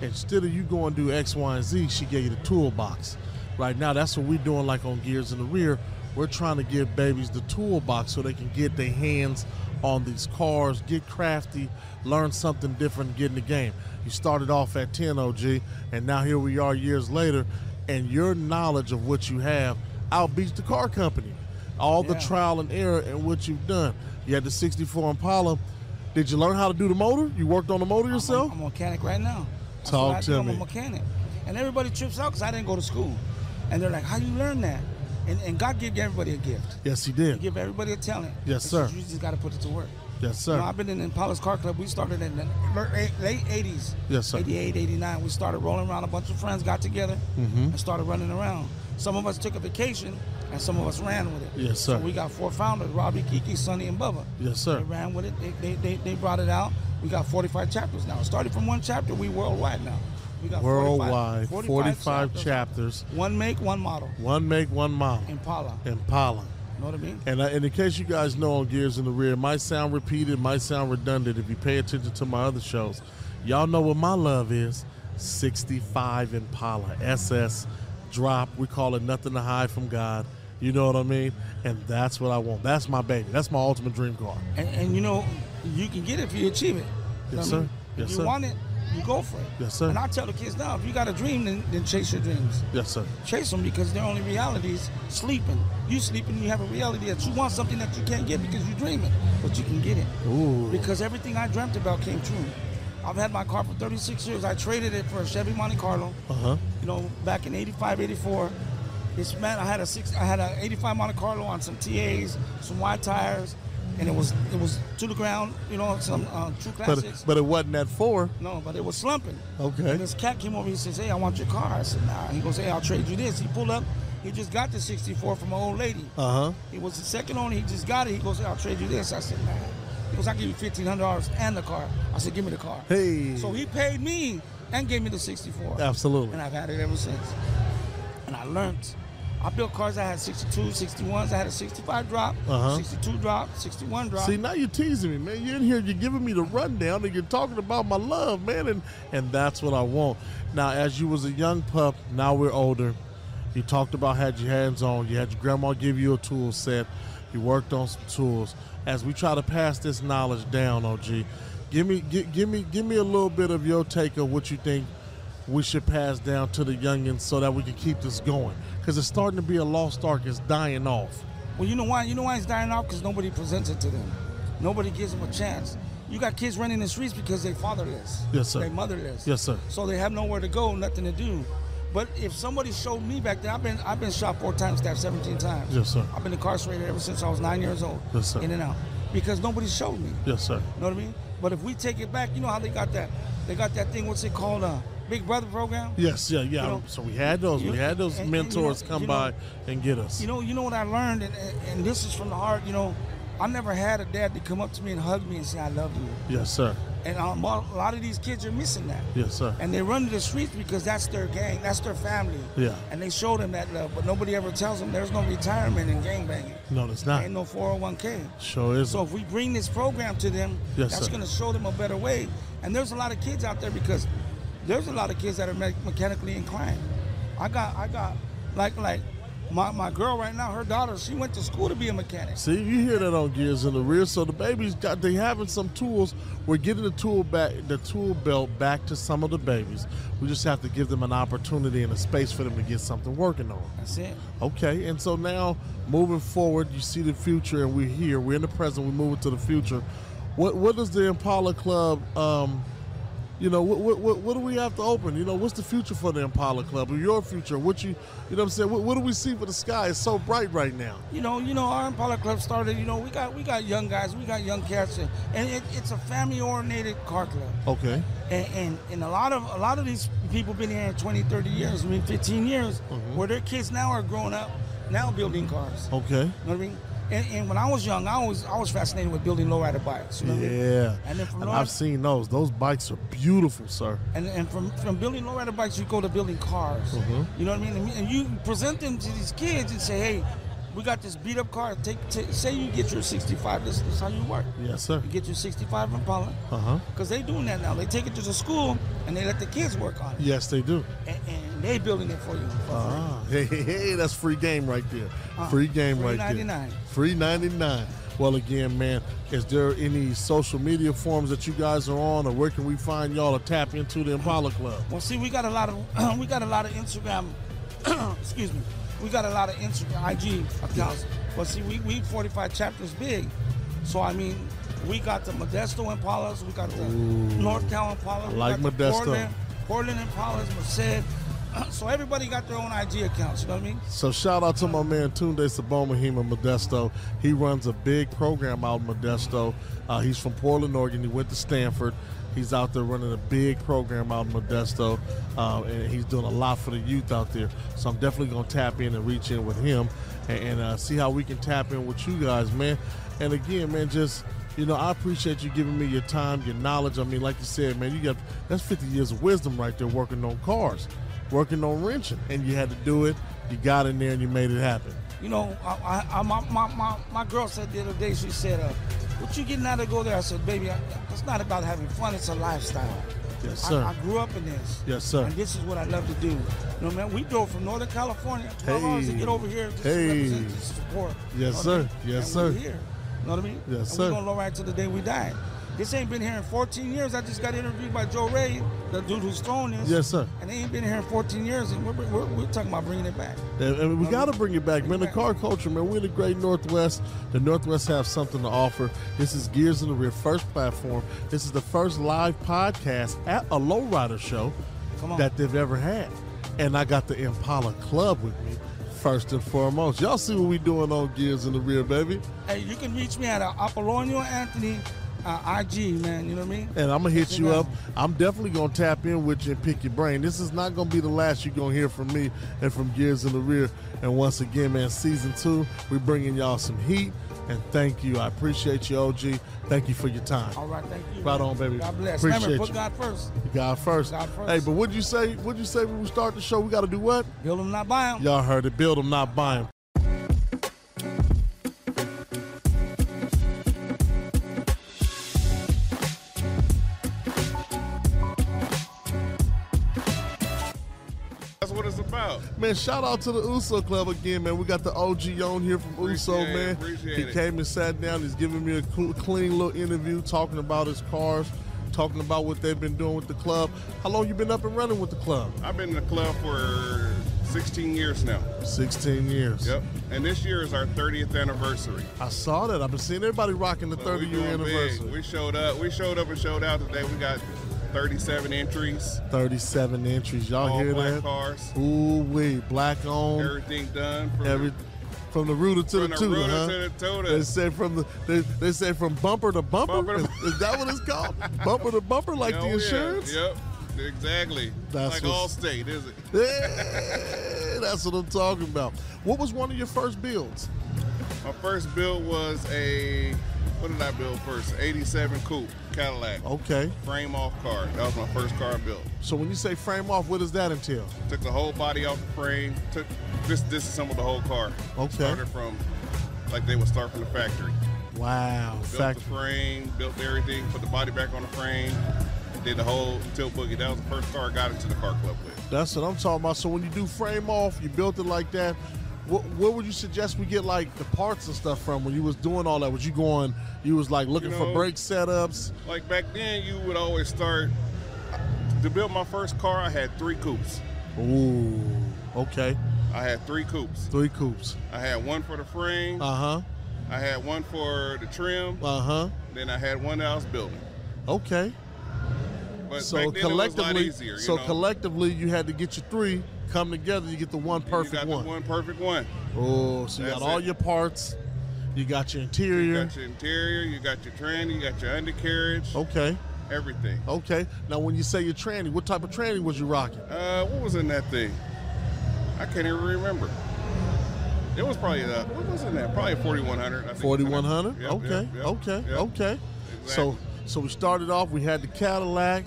Speaker 1: instead of you going to do X, Y, and Z, she gave you the toolbox. Right now, that's what we're doing, like on Gears in the Rear. We're trying to give babies the toolbox so they can get their hands on these cars, get crafty, learn something different, get in the game. You started off at 10 OG, and now here we are years later, and your knowledge of what you have outbeats the car company. All the
Speaker 4: Yeah.
Speaker 1: trial and error and what you've done. You had the 64 Impala. Did you learn how to do the motor? You worked on the motor yourself?
Speaker 4: I'm, I'm a mechanic right now. That's
Speaker 1: Talk
Speaker 4: what I
Speaker 1: to
Speaker 4: do. I'm
Speaker 1: me.
Speaker 4: a mechanic. And everybody trips out because I didn't go to school. And they're like, how you learn that? And, and God give everybody a gift.
Speaker 1: Yes, he
Speaker 4: You
Speaker 1: did.
Speaker 4: give everybody a talent.
Speaker 1: Yes,
Speaker 4: It's just
Speaker 1: sir.
Speaker 4: You just got to put it to work.
Speaker 1: Yes,
Speaker 4: You
Speaker 1: sir.
Speaker 4: know, I've been in Impala's Car Club. We started in the late late 80s.
Speaker 1: Yes, sir.
Speaker 4: 88, 89. We started rolling around. A bunch of friends got together
Speaker 1: Mm-hmm.
Speaker 4: and started running around. Some of us took a vacation and some of us ran with it.
Speaker 1: Yes, sir.
Speaker 4: So we got four founders Robbie, Kiki, Sonny, and Bubba.
Speaker 1: Yes, sir.
Speaker 4: They ran with it. They, they, they, they brought it out. We got 45 chapters now. It started from one chapter. We worldwide now. We got 45
Speaker 1: Worldwide, 45, chapters.
Speaker 4: One make, one model.
Speaker 1: One make, one model.
Speaker 4: Impala.
Speaker 1: Impala.
Speaker 4: You know what I mean?
Speaker 1: And, I, and in case you guys know on Gears in the Rear, it might sound repeated, it might sound redundant if you pay attention to my other shows. Y'all know what my love is 65 Impala, SS, drop. We call it Nothing to Hide from God. You know what I mean? And that's what I want. That's my baby. That's my ultimate dream car.
Speaker 4: And, and you know, you can get it if you achieve it.
Speaker 1: Yes,
Speaker 4: You know what I
Speaker 1: sir.
Speaker 4: If
Speaker 1: Yes,
Speaker 4: you
Speaker 1: sir.
Speaker 4: want it, you go for it.
Speaker 1: Yes, sir.
Speaker 4: And I tell the kids now, if you got a dream, then, then chase your dreams.
Speaker 1: Yes, sir.
Speaker 4: Chase them because their only reality is sleeping. You sleeping, you have a reality that you want something that you can't get because you're dreaming, but you can get it.
Speaker 1: Ooh.
Speaker 4: Because everything I dreamt about came true. I've had my car for 36 years. I traded it for a Chevy Monte Carlo.
Speaker 1: Uh huh.
Speaker 4: You know, back in 85, 84. This man, I had a six, I had a 85 Monte Carlo on some TAs, some wide tires, and it was it was to the ground. You know, some uh, true
Speaker 1: But,
Speaker 4: classics.
Speaker 1: but it wasn't at four.
Speaker 4: no, but it was slumping.
Speaker 1: Okay.
Speaker 4: And this cat came over. He says, "Hey, I want your car." I said, "Nah." He goes, "Hey, I'll trade you this." He pulled up. He just got the 64 from an old lady.
Speaker 1: Uh huh.
Speaker 4: He was the second owner. He just got it. He goes, "Hey, I'll trade you this." I said, "Nah." He goes, "I will give you 1,500 dollars and the car." I said, "Give me the car."
Speaker 1: Hey.
Speaker 4: So he paid me and gave me the 64.
Speaker 1: Absolutely.
Speaker 4: And I've had it ever since. And I learned. I built cars. I had 62, 61s. I had a 65 drop,
Speaker 1: Uh-huh.
Speaker 4: 62 drop, 61 drop.
Speaker 1: See, now you're teasing me, man. You're in here, you're giving me the rundown, and you're talking about my love, man, and and that's what I want. Now, as you was a young pup, now we're older. You talked about had your hands on. You had your grandma give you a tool set. You worked on some tools. As we try to pass this knowledge down, OG, give me gi- give me give me a little bit of your take of what you think we should pass down to the youngins so that we can keep this going. Because it's starting to be a lost art. It's dying off.
Speaker 4: Well, you know why? You know why it's dying off? Because nobody presents it to them. Nobody gives them a chance. You got kids running the streets because they fatherless.
Speaker 1: Yes, sir.
Speaker 4: They motherless.
Speaker 1: Yes, sir.
Speaker 4: So they have nowhere to go, nothing to do. But if somebody showed me back then, I've been I've been shot four times, stabbed 17 times.
Speaker 1: Yes, sir.
Speaker 4: I've been incarcerated ever since I was nine years old.
Speaker 1: Yes, sir.
Speaker 4: In and out. Because nobody showed me.
Speaker 1: Yes, sir.
Speaker 4: You know what I mean? But if we take it back, you know how they got that? They got that thing, what's it called? Uh, Big Brother program?
Speaker 1: Yes, yeah, yeah.
Speaker 4: You know,
Speaker 1: so we had those.
Speaker 4: you-
Speaker 1: we had those
Speaker 4: and- and you know-
Speaker 1: mentors come
Speaker 4: you know-
Speaker 1: by and get us.
Speaker 4: You know, you know what I learned, and, and, and this is from the heart. You know, I never had a dad to come up to me and hug me and say I love you.
Speaker 1: yes, sir.
Speaker 4: And um, a lot of these kids are missing that,
Speaker 1: Yes, sir.
Speaker 4: and they run to the streets because that's their gang, that's their family.
Speaker 1: Yeah.
Speaker 4: And they show them that love, but nobody ever tells them there's no retirement in gang banging.
Speaker 1: no, it's not.
Speaker 4: Ain't no 401k.
Speaker 1: Sure is.
Speaker 4: So if we bring this program to them,
Speaker 1: Yes,
Speaker 4: that's
Speaker 1: sir.
Speaker 4: going to show them a better way. And there's a lot of kids out there because there's a lot of kids that are me- mechanically inclined. I got, I got, like, like my, my girl right now, her daughter, she went to school to be a mechanic.
Speaker 1: See, you hear that on Gears in the Rear. So the babies got they having some tools. We're getting the tool back, the tool belt back to some of the babies. We just have to give them an opportunity and a space for them to get something working on.
Speaker 4: That's it.
Speaker 1: Okay, and so now moving forward, you see the future, and we're here. We're in the present. We're moving to the future. What what does the Impala Club? Um, you know, what, what what what do we have to open? You know, what's the future for the Impala Club or your future? What you you know what I'm saying? What, what do we see for the sky? It's so bright right now.
Speaker 4: You know, you know, our Impala Club started. You know, we got we got young guys, we got young cats, and- and it, it's a family-oriented car club.
Speaker 1: Okay,
Speaker 4: and, and, and a lot of a lot of these people been here 20 30 years i mean 15 years
Speaker 1: Mm-hmm.
Speaker 4: where their kids now are growing up now building cars
Speaker 1: okay,
Speaker 4: you know what i mean and, and when i was young i always i was fascinated with building lowrider bikes you know what I mean?
Speaker 1: yeah.
Speaker 4: And then from
Speaker 1: And
Speaker 4: Lawrence-
Speaker 1: I've seen those. Those bikes are beautiful, sir.
Speaker 4: and, and from from building lowrider bikes you go to building cars
Speaker 1: Mhm.
Speaker 4: you know what i mean and, and you present them to these kids and say hey We got this beat up car. Take, take say you get your 65. This, this is how you work.
Speaker 1: Yes, sir.
Speaker 4: You get your 65 Impala.
Speaker 1: Uh huh.
Speaker 4: Because they doing that now. They take it to the school and they let the kids work on it.
Speaker 1: Yes, they do.
Speaker 4: And, and they building it for you. for free.
Speaker 1: Ah, hey, hey, hey, that's free game right there.
Speaker 4: Uh,
Speaker 1: free game
Speaker 4: free
Speaker 1: right
Speaker 4: 99.
Speaker 1: there. Free 99. Well, again, man, is there any social media forums that you guys are on, or where can we find y'all to tap into the Impala Club?
Speaker 4: Well, see, we got a lot of (clears throat) we got a lot of Instagram. (clears throat) excuse me, we got a lot of Instagram IG accounts. But see, we we 45 chapters big, so I mean, we got the Modesto Impalas, we got the North Cal Impala, we
Speaker 1: like
Speaker 4: got the
Speaker 1: Modesto.
Speaker 4: Portland, Portland Impalas, Merced. (clears throat) so everybody got their own IG accounts. You know what I mean?
Speaker 1: So shout out to my man Tunde Saboma Hema Modesto. He runs a big program out in Modesto. Uh, he's from Portland, Oregon. He went to Stanford. He's out there running a big program out in Modesto, uh, and he's doing a lot for the youth out there. So I'm definitely gonna tap in and reach in with him and, and uh, see how we can tap in with you guys, man. And again, man, just you know, I appreciate you giving me your time, your knowledge. I mean, like you said, man, you got that's 50 years of wisdom right there working on cars working on wrenching, and you had to do it. You got in there and you made it happen.
Speaker 4: You know, I, I, I my, my, my, my girl said the other day, she said, uh, what you getting out of go there? I said, baby, I, it's not about having fun, it's a lifestyle.
Speaker 1: Yes,
Speaker 4: I-
Speaker 1: sir.
Speaker 4: I, grew up in this.
Speaker 1: Yes, sir.
Speaker 4: And this is what I love to do. You know, man, we drove from Northern California 12 hours to
Speaker 1: Hey.
Speaker 4: get over here just
Speaker 1: Hey.
Speaker 4: to represent, just to support.
Speaker 1: Yes,
Speaker 4: Know what I
Speaker 1: sir.
Speaker 4: mean?
Speaker 1: Yes,
Speaker 4: And we're
Speaker 1: sir.
Speaker 4: here. You know what I mean?
Speaker 1: Yes,
Speaker 4: and
Speaker 1: sir.
Speaker 4: We're gonna low ride till the day we die. This ain't been here in 14 years. I just got interviewed by Joe Ray, the dude who's throwing this.
Speaker 1: Yes, sir.
Speaker 4: And they ain't been here in 14 years, and we're, we're, we're talking about bringing it back.
Speaker 1: And, and we got to bring it back, man. The car culture, man. We're in the great Northwest. The Northwest have something to offer. This is Gears in the Rear, first platform. This is the first live podcast at a lowrider show
Speaker 4: Come on.
Speaker 1: that they've ever had. And I got the Impala Club with me, first and foremost. Y'all see what we doing on Gears in the Rear, baby.
Speaker 4: Hey, you can reach me at uh, Apollonio Anthony uh, IG, man. You know what I mean?
Speaker 1: and I'm gonna hit
Speaker 4: Yes,
Speaker 1: you
Speaker 4: sir.
Speaker 1: up. I'm definitely gonna tap in with you and pick your brain. This is not gonna be the last you're gonna hear from me and from Gears in the Rear. And once again, man, season two, we bringing y'all some heat. And thank you. I appreciate you, OG. Thank you for your time.
Speaker 4: All right, thank you.
Speaker 1: Right
Speaker 4: man.
Speaker 1: on, baby.
Speaker 4: God bless.
Speaker 1: Appreciate
Speaker 4: Remember, put
Speaker 1: you.
Speaker 4: God first.
Speaker 1: God first.
Speaker 4: God first.
Speaker 1: Hey, but what'd you say? What'd you say when we start the show? We gotta do what?
Speaker 4: Build them, not buy them.
Speaker 1: Y'all heard it. Build them, not buy them.
Speaker 2: That's what it's about.
Speaker 1: Man, shout out to the Uso Club again, man. We got the OG on here from Uso,
Speaker 2: Appreciate it,
Speaker 1: man.
Speaker 2: appreciate
Speaker 1: he
Speaker 2: it.
Speaker 1: came and sat down. He's giving me a cl- clean little interview, talking about his cars, talking about what they've been doing with the club. How long you been up and running with the club?
Speaker 5: I've been in the club for 16 years now.
Speaker 1: 16 years.
Speaker 5: Yep. And this year is our 30th anniversary.
Speaker 1: I saw that. I've been seeing everybody rocking the
Speaker 5: So
Speaker 1: 30
Speaker 5: we
Speaker 1: year
Speaker 5: doing big.
Speaker 1: anniversary.
Speaker 5: We showed up. We showed up and showed out today. We got 37 entries,
Speaker 1: 37 entries. Y'all
Speaker 5: all
Speaker 1: hear
Speaker 5: black
Speaker 1: that?
Speaker 5: cars,
Speaker 1: Ooh, we black on
Speaker 5: everything done. From
Speaker 1: every from the rooter to
Speaker 5: From
Speaker 1: the
Speaker 5: the
Speaker 1: tutor,
Speaker 5: rooter
Speaker 1: huh?
Speaker 5: to the tutor.
Speaker 1: They say from the they, they say from bumper to bumper.
Speaker 5: Bumper to-
Speaker 1: is, is that what it's called? bumper to bumper, like
Speaker 5: Oh,
Speaker 1: the
Speaker 5: yeah.
Speaker 1: insurance.
Speaker 5: Yep. Exactly.
Speaker 1: That's
Speaker 5: like
Speaker 1: what's-
Speaker 5: Allstate, is it?
Speaker 1: Yeah, that's what I'm talking about. What was one of your first builds?
Speaker 5: My first build was a what did I build first? 87 coupe Cadillac
Speaker 1: Okay,
Speaker 5: frame off car. That was my first car I built.
Speaker 1: so when you say frame off, what does that entail?
Speaker 5: Took the whole body off the frame. Took this disassembled the whole car.
Speaker 1: Okay.
Speaker 5: Started from like they would start from the factory.
Speaker 1: Wow,
Speaker 5: Built
Speaker 1: fact.
Speaker 5: the frame, built everything, put the body back on the frame, did the whole tilt boogie. That was the first car I got into the car club with.
Speaker 1: That's what I'm talking about. So when you do frame off, you built it like that. What, where would you suggest we get like the parts and stuff from when you was doing all that? Was you going? You was like looking for
Speaker 5: know-
Speaker 1: brake setups.
Speaker 5: Like back then, you would always start to build my first car. I had three coupes.
Speaker 1: Ooh, okay,
Speaker 5: I had three coupes.
Speaker 1: three coupes.
Speaker 5: I had one for the frame.
Speaker 1: Uh huh.
Speaker 5: I had one for the trim.
Speaker 1: Uh huh.
Speaker 5: Then I had one that I was building.
Speaker 1: Okay.
Speaker 5: But
Speaker 1: So
Speaker 5: back then it was a lot
Speaker 1: collectively,
Speaker 5: easier.
Speaker 1: so
Speaker 5: you know?
Speaker 1: collectively, you had to get your three come together. You get the one perfect
Speaker 5: you got
Speaker 1: one.
Speaker 5: The one perfect one.
Speaker 1: Oh, so you got
Speaker 5: That's
Speaker 1: all
Speaker 5: it.
Speaker 1: your parts. You got your interior. Oh.
Speaker 5: You got your interior, you got your tranny, you got your undercarriage,
Speaker 1: Okay.
Speaker 5: everything.
Speaker 1: Okay. Now, when you say your tranny, what type of tranny was you rocking?
Speaker 5: Uh, what was in that thing? I can't even remember. It was probably uh, what was in that? Probably a 4100. I think.
Speaker 1: 4100.
Speaker 5: Yep,
Speaker 1: okay.
Speaker 5: yep, yep,
Speaker 1: okay.
Speaker 5: yep.
Speaker 1: Okay. So,
Speaker 5: Exactly.
Speaker 1: so we started off. We had the Cadillac.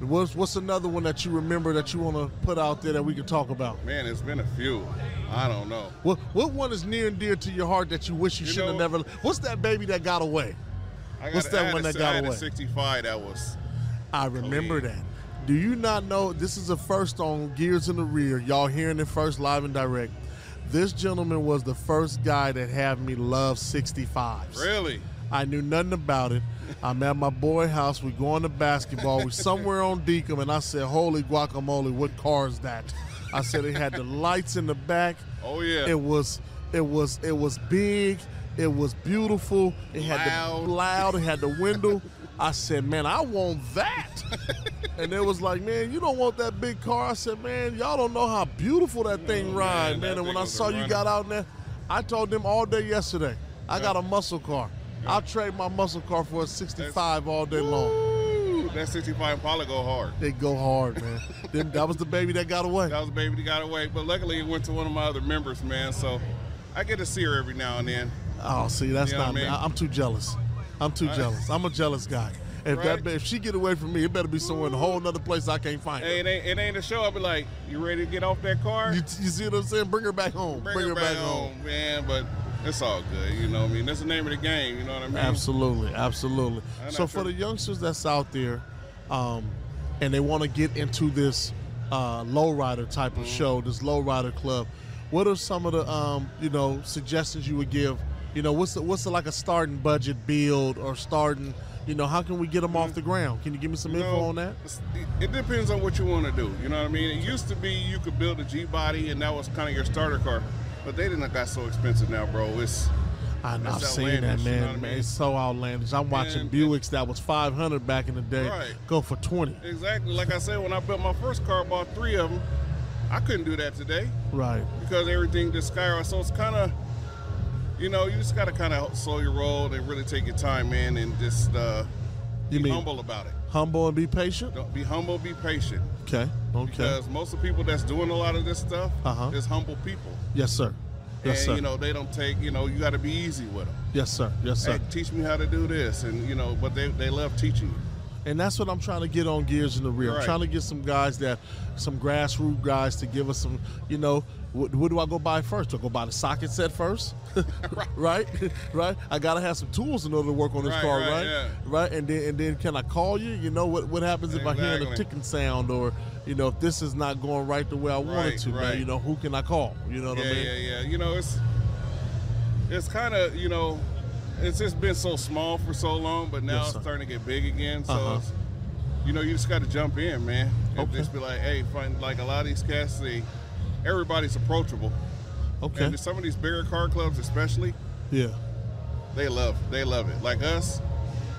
Speaker 1: What's what's another one that you remember that you want to put out there that we can talk about?
Speaker 5: Man, it's been a few. I don't know.
Speaker 1: What what one is near and dear to your heart that you wish you,
Speaker 5: You
Speaker 1: should have
Speaker 5: know-
Speaker 1: never? What's that baby that got away?
Speaker 5: I got
Speaker 1: What's
Speaker 5: a-
Speaker 1: that
Speaker 5: I had
Speaker 1: one
Speaker 5: a-
Speaker 1: that got
Speaker 5: I had
Speaker 1: away?
Speaker 5: A 65 that was. Oh,
Speaker 1: I remember
Speaker 5: Khalid.
Speaker 1: that. Do you not know? This is the first on Gears in the Rear. Y'all hearing it first live and direct. This gentleman was the first guy that had me love 65s.
Speaker 5: Really?
Speaker 1: I knew nothing about it. I'm at my boy house. We're going to basketball. We're somewhere on Deacom, and I said, "Holy guacamole! What car is that?" I said it had the lights in the back.
Speaker 5: (laughs) Oh, yeah.
Speaker 1: It was, it was, it was big. It was beautiful. It had
Speaker 5: Loud.
Speaker 1: the loud. It had the
Speaker 5: (laughs)
Speaker 1: window. I said, "Man, I want that." and it was like, "Man, you don't want that big car." I said, "Man, y'all don't know how beautiful that thing rides, man."
Speaker 5: Oh, man, that
Speaker 1: And when
Speaker 5: thing
Speaker 1: I
Speaker 5: was a
Speaker 1: saw you
Speaker 5: runner.
Speaker 1: got out in there. I told them all day yesterday, I got a muscle car. I'll trade my muscle car for a 65 all day long.
Speaker 5: Woo! That 65 Impala go hard.
Speaker 1: They go hard, man. Them- that was the baby that got away.
Speaker 5: That was a baby that got away, but luckily it went to one of my other members, man. So I get to see her every now and then.
Speaker 1: Oh, see, that's
Speaker 5: You know
Speaker 1: not
Speaker 5: what I
Speaker 1: me.
Speaker 5: mean?
Speaker 1: I- I'm too jealous. I'm too
Speaker 5: I-
Speaker 1: jealous. I'm a jealous guy. If that
Speaker 5: Right?
Speaker 1: that if she get away from me, it better be somewhere in a whole nother place I can't find
Speaker 5: Hey,
Speaker 1: her.
Speaker 5: it ain't, it ain't a show. I'll be like, you ready to get off that car?
Speaker 1: You, you see what I'm saying? Bring her back home. Bring, her back, home.
Speaker 5: man. But it's all good, you know. what I mean, that's the name of the game. You know what I mean?
Speaker 1: Absolutely, absolutely.
Speaker 5: I'm
Speaker 1: So
Speaker 5: not
Speaker 1: for
Speaker 5: sure.
Speaker 1: the youngsters that's out there, um, and they want to get into this uh, lowrider type
Speaker 5: Mm-hmm.
Speaker 1: of show, this lowrider club, what are some of the um, you know suggestions you would give? You know, what's the, what's the, like a starting budget build or starting? You know, how can we get them off the ground? Can you give me some
Speaker 5: Mm-hmm. You
Speaker 1: info
Speaker 5: know,
Speaker 1: on that?
Speaker 5: it's- It, it depends on what you want to do. You know what I mean? It used to be you could build a G body, and that was kind of your starter car. But they didn't got so expensive now, bro. It's
Speaker 1: I know, I've
Speaker 5: that's
Speaker 1: seen that
Speaker 5: outlandish, you
Speaker 1: man.
Speaker 5: know what I
Speaker 1: man,
Speaker 5: mean?
Speaker 1: it's so outlandish. I'm watching
Speaker 5: And-
Speaker 1: Buicks that was 500 back in the day
Speaker 5: Right.
Speaker 1: go for 20.
Speaker 5: exactly like I said when I built my first car. Bought three of them. I couldn't do that today.
Speaker 1: Right.
Speaker 5: because everything just skyrocketed. So it's kind of, you know, you just got to kind of slow your roll and really take your time, man, and just uh,
Speaker 1: You
Speaker 5: be
Speaker 1: mean-
Speaker 5: humble about it.
Speaker 1: Humble and be patient.
Speaker 5: Don't be humble, be patient.
Speaker 1: Okay. Okay.
Speaker 5: Because most of the people that's doing a lot of this stuff
Speaker 1: Uh-huh.
Speaker 5: is humble people.
Speaker 1: Yes, sir. Yes,
Speaker 5: and,
Speaker 1: sir.
Speaker 5: you know, they don't take, you know, you got to be easy with them.
Speaker 1: yes, sir. Yes, sir.
Speaker 5: Hey, teach me how to do this. And, you know, but they, they love teaching you.
Speaker 1: And that's what I'm trying to get on Gears in the Rear. I'm
Speaker 5: Right.
Speaker 1: trying to get some guys that, some grassroots guys to give us some, you know, what, what do I go buy first? Do I go buy the socket set
Speaker 5: (laughs)
Speaker 1: first? (laughs) right? (laughs) right? I got to have some tools in order to work on this
Speaker 5: Right,
Speaker 1: car, right?
Speaker 5: right, yeah.
Speaker 1: Right? And then, and then can I call you? You know, what, what happens if I hear a
Speaker 5: Exactly.
Speaker 1: ticking sound or, you know, if this is not going right the way I want it
Speaker 5: Right,
Speaker 1: to, man,
Speaker 5: right.
Speaker 1: you know, who can I call? You know what
Speaker 5: yeah,
Speaker 1: I mean?
Speaker 5: yeah, yeah. You know, it's it's kind of you know, it's just been so small for so long, but now
Speaker 1: Yes, sir.
Speaker 5: it's starting to get big again. So,
Speaker 1: Uh-huh.
Speaker 5: it's, you know, you just got to jump in, man. And
Speaker 1: Okay.
Speaker 5: just be like, hey, find like a lot of these cats. They, everybody's approachable,
Speaker 1: Okay.
Speaker 5: and some of these bigger car clubs, especially,
Speaker 1: yeah.
Speaker 5: they love they love it. Like us,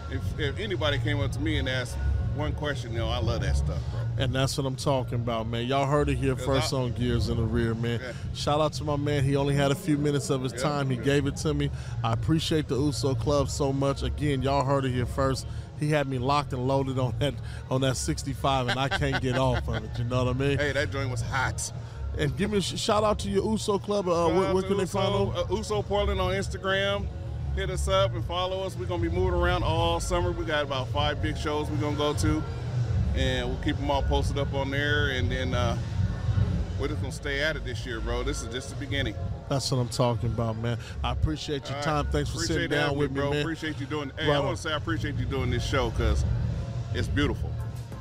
Speaker 5: if if anybody came up to me and asked one question, you know, I love that stuff, bro.
Speaker 1: And that's what I'm talking about, man. Y'all heard it here first
Speaker 5: I-
Speaker 1: on Gears in the Rear, man.
Speaker 5: Yeah.
Speaker 1: Shout out to my man. He only had a few minutes of his
Speaker 5: Yeah,
Speaker 1: time. He
Speaker 5: yeah.
Speaker 1: gave it to me. I appreciate the Uso Club so much. Again, y'all heard it here first. He had me locked and loaded on that on that 65, and I can't get off of it. You know what I mean?
Speaker 5: Hey, that joint was hot.
Speaker 1: And give me a sh- shout out to your Uso Club. Uh,
Speaker 5: Shout
Speaker 1: where,
Speaker 5: out
Speaker 1: where
Speaker 5: to
Speaker 1: can they
Speaker 5: Uso,
Speaker 1: find them?
Speaker 5: uh, Uso Portland on Instagram. Hit us up and follow us. We're gonna be moving around all summer. We got about five big shows we're gonna go to, and we'll keep them all posted up on there. And then uh, we're just gonna stay at it this year, bro. This is just the beginning.
Speaker 1: That's what I'm talking about, man. I appreciate your
Speaker 5: All right?
Speaker 1: time. Thanks for sitting
Speaker 5: Appreciate
Speaker 1: down
Speaker 5: having
Speaker 1: with me,
Speaker 5: bro.
Speaker 1: man.
Speaker 5: Appreciate you doing. Hey,
Speaker 1: Right
Speaker 5: I
Speaker 1: on.
Speaker 5: want to say I appreciate you doing this show because it's beautiful.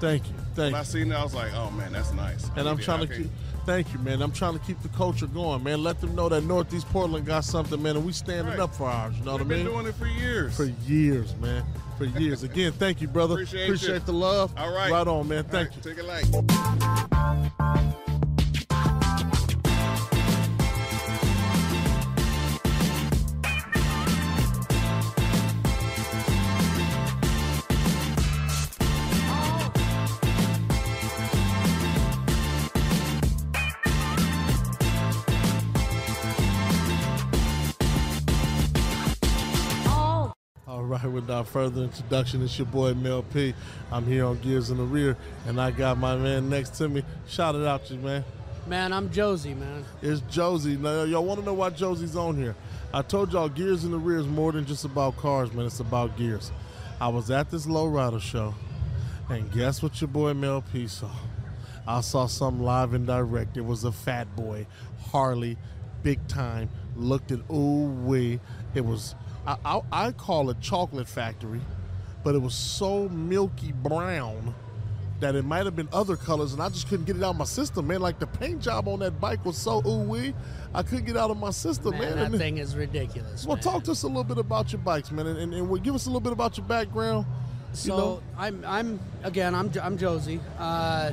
Speaker 1: Thank you. Thank
Speaker 5: When
Speaker 1: you.
Speaker 5: I seen it, I was like, oh man, that's nice.
Speaker 1: And I'm
Speaker 5: Yeah,
Speaker 1: trying to
Speaker 5: okay.
Speaker 1: keep. Thank you, man. I'm trying to keep the culture going, man. Let them know that Northeast Portland got something, man, and we standing
Speaker 5: Right.
Speaker 1: up for ours. You know what I
Speaker 5: We've been
Speaker 1: mean?
Speaker 5: doing it for years.
Speaker 1: For years, man. For years. Again, thank you, brother.
Speaker 5: Appreciate you.
Speaker 1: the love.
Speaker 5: All right.
Speaker 1: Right on, man.
Speaker 5: All
Speaker 1: Thank
Speaker 5: right,
Speaker 1: you.
Speaker 5: Take it light.
Speaker 1: All right. Without further introduction, it's your boy Mel P. I'm here on Gears in the Rear, and I got my man next to me. Shout it out to you, man.
Speaker 6: Man, I'm Josie, man.
Speaker 1: It's Josie. Now, y'all want to know why Josie's on here? I told y'all Gears in the Rear is more than just about cars, man. It's about gears. I was at this lowrider show, And guess what your boy Mel P saw? I saw some live and direct. It was a fat boy, Harley, big time. Looked at ooh wee. It was I, I I call it chocolate factory, but it was so milky brown that it might have been other colors, and I just couldn't get it out of my system, man. Like the paint job on that bike was so ooh wee, I couldn't get it out of my system, Oh, man.
Speaker 6: Man,
Speaker 1: And
Speaker 6: that
Speaker 1: it-
Speaker 6: thing is ridiculous.
Speaker 1: (laughs) well,
Speaker 6: man.
Speaker 1: talk to us a little bit about your bikes, man, and, and, and well, give us a little bit about your background.
Speaker 6: So
Speaker 1: you know,
Speaker 6: I'm, I'm again, I'm, Jo- I'm Josie. Uh,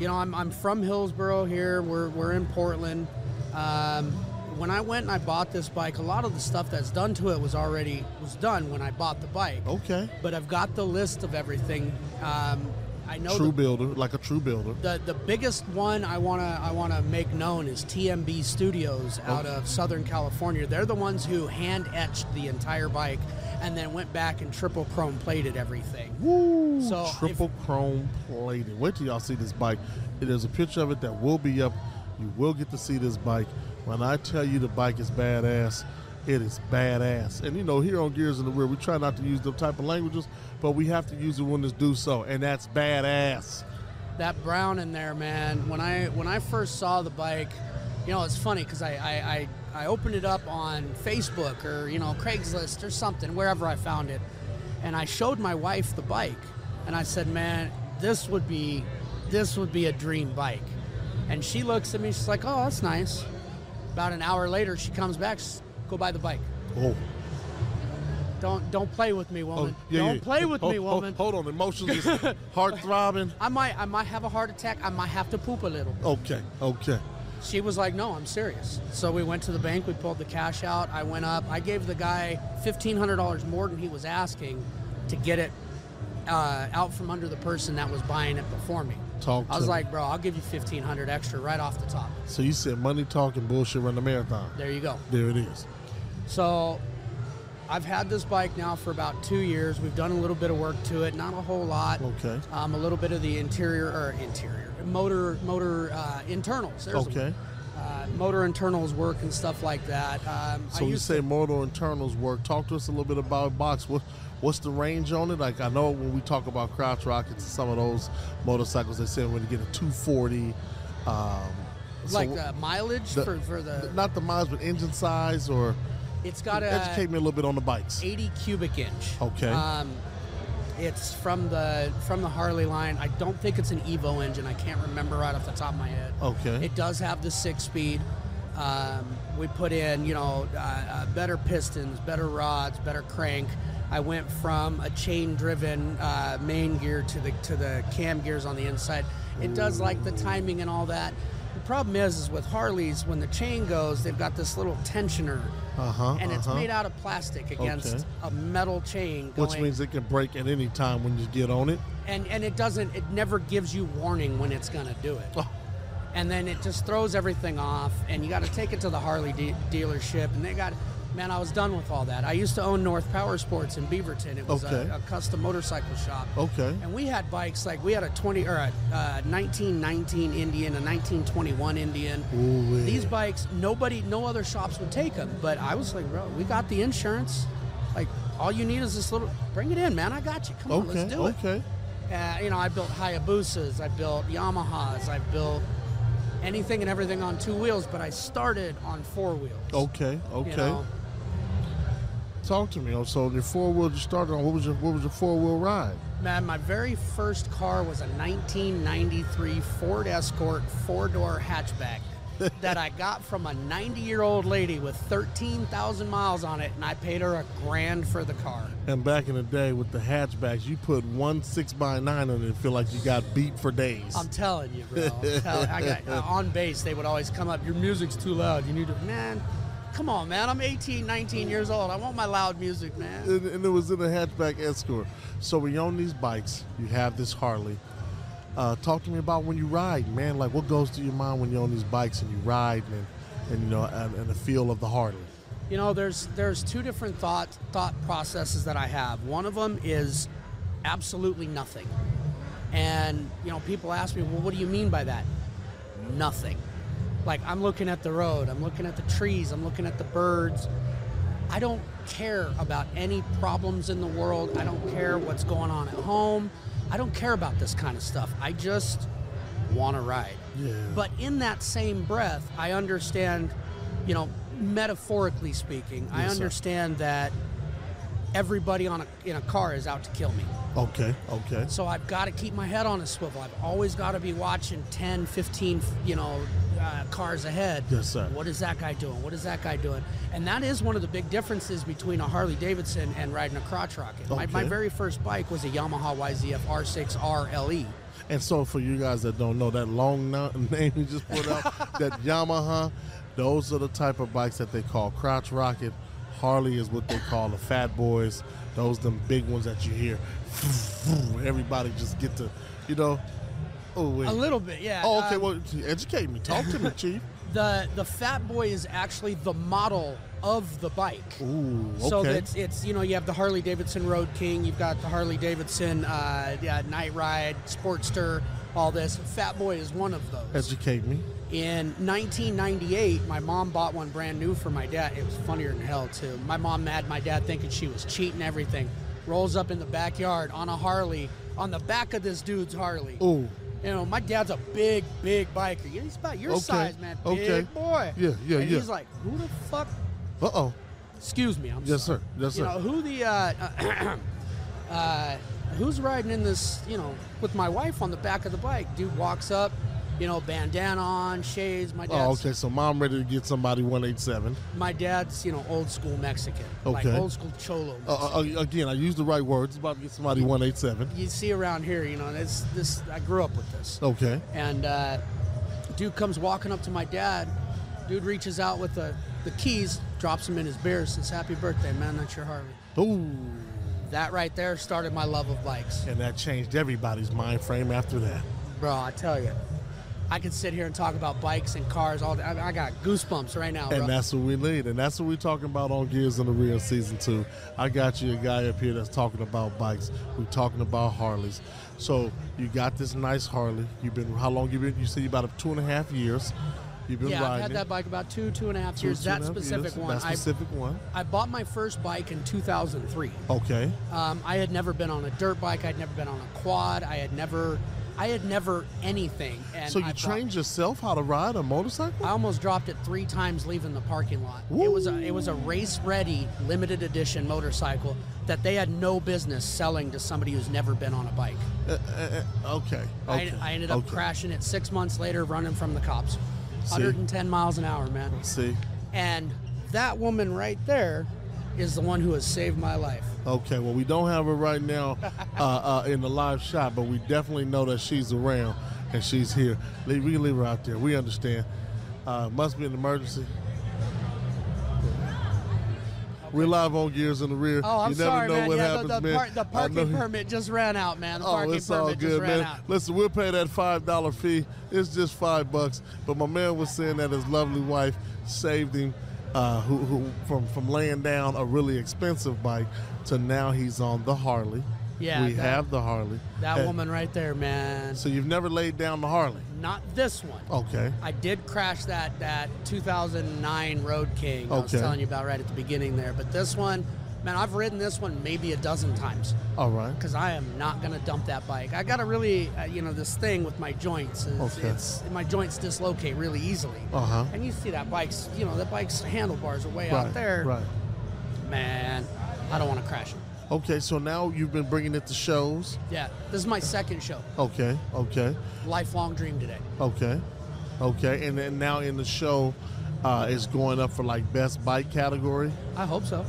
Speaker 6: you know, I'm, I'm from Hillsboro here. We're, we're in Portland. Um, when I went and I bought this bike, a lot of the stuff that's done to it was already was done when I bought the bike.
Speaker 1: okay,
Speaker 6: But I've got the list of everything. Um, I know
Speaker 1: true
Speaker 6: the,
Speaker 1: builder, like a true builder.
Speaker 6: the the biggest one I wanna I wanna make known is TMB Studios out
Speaker 1: Oh.
Speaker 6: of Southern California. They're the ones who hand etched the entire bike and then went back and triple chrome plated everything.
Speaker 1: Woo!
Speaker 6: So
Speaker 1: triple chrome plated. Wait till y'all see this bike. There's a picture of it that will be up. You will get to see this bike. When I tell you the bike is badass, it is badass. And you know, here on Gears in the Rear, we try not to use them type of languages, but we have to use it when it's do so, and that's badass.
Speaker 6: that brown in there, man. When I when I first saw the bike, you know, it's funny because I, I I I opened it up on Facebook or you know Craigslist or something wherever I found it, and I showed my wife the bike, and I said, man, this would be this would be a dream bike, and she looks at me, she's like, oh, that's nice. About an hour later, she comes back, she's, go buy the bike.
Speaker 1: Oh,
Speaker 6: Don't don't play with me,
Speaker 1: oh
Speaker 6: woman.
Speaker 1: yeah,
Speaker 6: don't
Speaker 1: yeah.
Speaker 6: play with
Speaker 1: Ho-
Speaker 6: me,
Speaker 1: ho-
Speaker 6: woman.
Speaker 1: Hold, on, emotions, is
Speaker 6: (laughs)
Speaker 1: heart throbbing.
Speaker 6: I might I might have a heart attack. I might have to poop a little.
Speaker 1: Okay, okay.
Speaker 6: She was like, "No, I'm serious." So we went to the bank. We pulled the cash out. I went up. I gave the guy fifteen hundred dollars more than he was asking to get it uh, out from under the person that was buying it before me.
Speaker 1: Talk
Speaker 6: I was
Speaker 1: to me.
Speaker 6: like, "Bro, I'll give you fifteen hundred extra right off the top."
Speaker 1: So you said money talking bullshit run the marathon.
Speaker 6: There you go.
Speaker 1: There it is.
Speaker 6: So I've had this bike now for about two years. We've done a little bit of work to it, not a whole lot.
Speaker 1: Okay.
Speaker 6: Um, a little bit of the interior or interior motor motor uh, internals. There's the
Speaker 1: Okay.
Speaker 6: word. Uh, motor internals work and stuff like that. Um,
Speaker 1: So
Speaker 6: I
Speaker 1: you
Speaker 6: used
Speaker 1: say motor internals work. Talk to us a little bit about box. What what's the range on it? Like I know when we talk about crotch rockets and some of those motorcycles, they say when you get a 240. Um,
Speaker 6: to,
Speaker 1: so
Speaker 6: like uh,
Speaker 1: wh-
Speaker 6: the mileage
Speaker 1: the-
Speaker 6: for, for the.
Speaker 1: Not the miles, but engine size or.
Speaker 6: it's got a
Speaker 1: educate me a little bit on the bikes.
Speaker 6: 80 cubic inch.
Speaker 1: Okay.
Speaker 6: Um, it's from the from the Harley line. I don't think it's an Evo engine. I can't remember right off the top of my head.
Speaker 1: Okay.
Speaker 6: It does have the six speed. Um, we put in, you know, uh, uh, better pistons, better rods, better crank. I went from a chain-driven uh, main gear to the to the cam gears on the inside. It does like the timing and all that. The problem is, is with Harleys, when the chain goes, they've got this little tensioner,
Speaker 1: Uh-huh,
Speaker 6: and it's
Speaker 1: uh-huh.
Speaker 6: made out of plastic against
Speaker 1: Okay.
Speaker 6: a metal chain. Going,
Speaker 1: Which means it can break at any time when you get on it.
Speaker 6: and and it doesn't. It never gives you warning when it's gonna do it
Speaker 1: Oh.
Speaker 6: and then it just throws everything off and you got to take it to the harley de- dealership and they got man i was done with all that i used to own north power sports in beaverton it was
Speaker 1: Okay.
Speaker 6: a, a custom motorcycle shop
Speaker 1: Okay.
Speaker 6: and we had bikes like we had a 20 or a uh, 1919 indian a 1921 indian
Speaker 1: Ooh-wee.
Speaker 6: these bikes nobody no other shops would take them but i was like bro we got the insurance like all you need is this little bring it in man i got you come on
Speaker 1: Okay.
Speaker 6: let's do it
Speaker 1: Okay.
Speaker 6: uh, you know, I built Hayabusas, I built Yamahas, I built anything and everything on two wheels, but I started on four wheels.
Speaker 1: Okay. Okay.
Speaker 6: You know?
Speaker 1: Talk to me. Oh, So your four wheel you started on. What was your What was your four wheel ride?
Speaker 6: Man, my very first car was a 1993 Ford Escort four door
Speaker 1: (laughs)
Speaker 6: hatchback that I got from a 90 year old lady with 13,000 miles on it, and I paid her a grand for the car.
Speaker 1: And back in the day with the hatchbacks, you put one six by nine on it and feel like you got beat for days.
Speaker 6: I'm telling you, bro. I'm tell- I got, uh, on base, they would always come up. Your music's too loud. You need to, man. Come on, man. I'm 18, 19 years old. I want my loud music, man.
Speaker 1: and, and it was in a hatchback escort. So when you own these bikes, you have this Harley. Uh, talk to me about when you ride, man. Like what goes through your mind when you own these bikes and you ride and, and you know and, and the feel of the Harley.
Speaker 6: You know, there's there's two different thought thought processes that I have. One of them is absolutely nothing, and you know, people ask me, well, what do you mean by that? Nothing. Like I'm looking at the road, I'm looking at the trees, I'm looking at the birds. I don't care about any problems in the world. I don't care what's going on at home. I don't care about this kind of stuff. I just want to ride.
Speaker 1: Yeah.
Speaker 6: But in that same breath, I understand, you know, metaphorically speaking, I
Speaker 1: Yes, sir.
Speaker 6: understand that everybody on a, in a car is out to kill me.
Speaker 1: Okay. Okay.
Speaker 6: So I've got to keep my head on a swivel. I've always got to be watching 10, 15, you know, uh, cars ahead.
Speaker 1: Yes, sir.
Speaker 6: What is that guy doing? What is that guy doing? And that is one of the big differences between a Harley Davidson and riding a crotch rocket. My, my
Speaker 1: Okay.
Speaker 6: very first bike was a Yamaha YZF R6 RLE.
Speaker 1: And so, for you guys that don't know, that long (laughs) no- name you just put out, that Yamaha, those are the type of bikes that they call crotch rocket. Harley is what they call the fat boys. Those them big ones that you hear. (laughs) Everybody just get to, you know. Oh wait.
Speaker 6: A little bit, yeah.
Speaker 1: Oh, okay.
Speaker 6: Um,
Speaker 1: well, educate me. Talk
Speaker 6: (laughs)
Speaker 1: to me, Chief.
Speaker 6: the the Fat Boy is actually the model of the bike.
Speaker 1: Ooh,
Speaker 6: So
Speaker 1: okay.
Speaker 6: it's it's you know you have the Harley Davidson Road King, you've got the Harley Davidson uh, yeah, Night Ride, Sportster, all this. Fat Boy is one of those.
Speaker 1: Educate me.
Speaker 6: In 1998, my mom bought one brand new for my dad. It was funnier than hell too. My mom mad, my dad thinking she was cheating everything. Rolls up in the backyard on a Harley, on the back of this dude's Harley.
Speaker 1: Ooh.
Speaker 6: You know, my dad's a big, big biker. You know, He's about your
Speaker 1: Okay.
Speaker 6: size, man. Big
Speaker 1: Okay.
Speaker 6: boy.
Speaker 1: Yeah, yeah,
Speaker 6: and
Speaker 1: yeah.
Speaker 6: He's like, who the fuck?
Speaker 1: Uh oh.
Speaker 6: Excuse me. I'm
Speaker 1: Yes,
Speaker 6: sorry.
Speaker 1: sir. Yes,
Speaker 6: You
Speaker 1: sir.
Speaker 6: know who the uh, (clears throat) uh, who's riding in this? You know, with my wife on the back of the bike. Dude walks up. You know, bandana on, shades. My
Speaker 1: Oh,
Speaker 6: dad's
Speaker 1: okay. So mom ready to get somebody 187.
Speaker 6: my dad's you know old school Mexican, like
Speaker 1: Okay.
Speaker 6: old school cholo.
Speaker 1: Uh, uh, uh, again, I used the right words. About to get somebody 187.
Speaker 6: you see around here, you know, this this I grew up with this.
Speaker 1: Okay.
Speaker 6: And uh, dude comes walking up to my dad. Dude reaches out with the, the keys, drops him in his beer, says, Happy birthday, man, that's your Harley.
Speaker 1: Ooh.
Speaker 6: That right there started my love of bikes.
Speaker 1: And that changed everybody's mind frame after that.
Speaker 6: Bro, I tell you, I could sit here and talk about bikes and cars all day. I, I got goosebumps right now, bro.
Speaker 1: And that's what we need. And that's what we're talking about on Gears in the Rear Season 2. I got you a guy up here that's talking about bikes. We're talking about Harleys. So you got this nice Harley. You've been, how long you been? You said you about two and a half years. You've been
Speaker 6: yeah,
Speaker 1: riding
Speaker 6: I've had
Speaker 1: it.
Speaker 6: that bike about two, two and a half
Speaker 1: Two-
Speaker 6: years.
Speaker 1: two
Speaker 6: that
Speaker 1: and a half
Speaker 6: specific
Speaker 1: years.
Speaker 6: one.
Speaker 1: That specific one.
Speaker 6: I, I bought my first bike in 2003.
Speaker 1: Okay.
Speaker 6: Um, I had never been on a dirt bike. I'd never been on a quad. I had never, I had never anything. And
Speaker 1: so you
Speaker 6: I brought-
Speaker 1: trained yourself how to ride a motorcycle?
Speaker 6: I almost dropped it three times leaving the parking lot. It was a it was a race ready limited edition motorcycle that they had no business selling to somebody who's never been on a bike.
Speaker 1: Uh, uh, uh, okay. okay.
Speaker 6: I, I ended up
Speaker 1: okay.
Speaker 6: crashing it six months later, running from the cops.
Speaker 1: See?
Speaker 6: 110 miles an hour, man.
Speaker 1: See?
Speaker 6: And that woman right there is the one who has saved my life.
Speaker 1: Okay, well, we don't have her right now uh, uh, in the live shot, but we definitely know that she's around and she's here. Lee, We can leave her out there. We understand. Uh, must be an emergency. We're live on Gears in the Rear.
Speaker 6: Oh, I'm
Speaker 1: you never
Speaker 6: sorry,
Speaker 1: know
Speaker 6: man.
Speaker 1: what
Speaker 6: yeah,
Speaker 1: happens,
Speaker 6: the, the,
Speaker 1: man.
Speaker 6: par- the
Speaker 1: I know-
Speaker 6: parking permit just ran out, man. The parking
Speaker 1: oh, it's all
Speaker 6: permit just
Speaker 1: good,
Speaker 6: ran
Speaker 1: man.
Speaker 6: out.
Speaker 1: Listen, we'll pay that five dollar fee. It's just five bucks. But my man was saying that his lovely wife saved him, uh, who, who from from laying down a really expensive bike to now he's on the Harley.
Speaker 6: Yeah,
Speaker 1: we
Speaker 6: that-
Speaker 1: have the Harley.
Speaker 6: That
Speaker 1: And-
Speaker 6: woman right there, man.
Speaker 1: So you've never laid down the Harley.
Speaker 6: Not this one.
Speaker 1: Okay.
Speaker 6: I did crash that that 2009 Road King I was
Speaker 1: Okay.
Speaker 6: telling you about right at the beginning there, but this one, man, I've ridden this one maybe a dozen times
Speaker 1: All right.
Speaker 6: because I am not gonna dump that bike. I got to really, uh, you know, this thing with my joints. Is,
Speaker 1: Okay.
Speaker 6: It's my joints dislocate really easily.
Speaker 1: Uh-huh.
Speaker 6: And you see that bike's, you know, that bike's handlebars are way
Speaker 1: Right.
Speaker 6: out there.
Speaker 1: Right.
Speaker 6: Man, I don't want to crash it.
Speaker 1: Okay. So now you've been bringing it to shows.
Speaker 6: Yeah, this is my second show.
Speaker 1: Okay. Okay.
Speaker 6: Lifelong dream today.
Speaker 1: Okay, okay, and then now in the show, uh, it's going up for like best bike category.
Speaker 6: I hope so.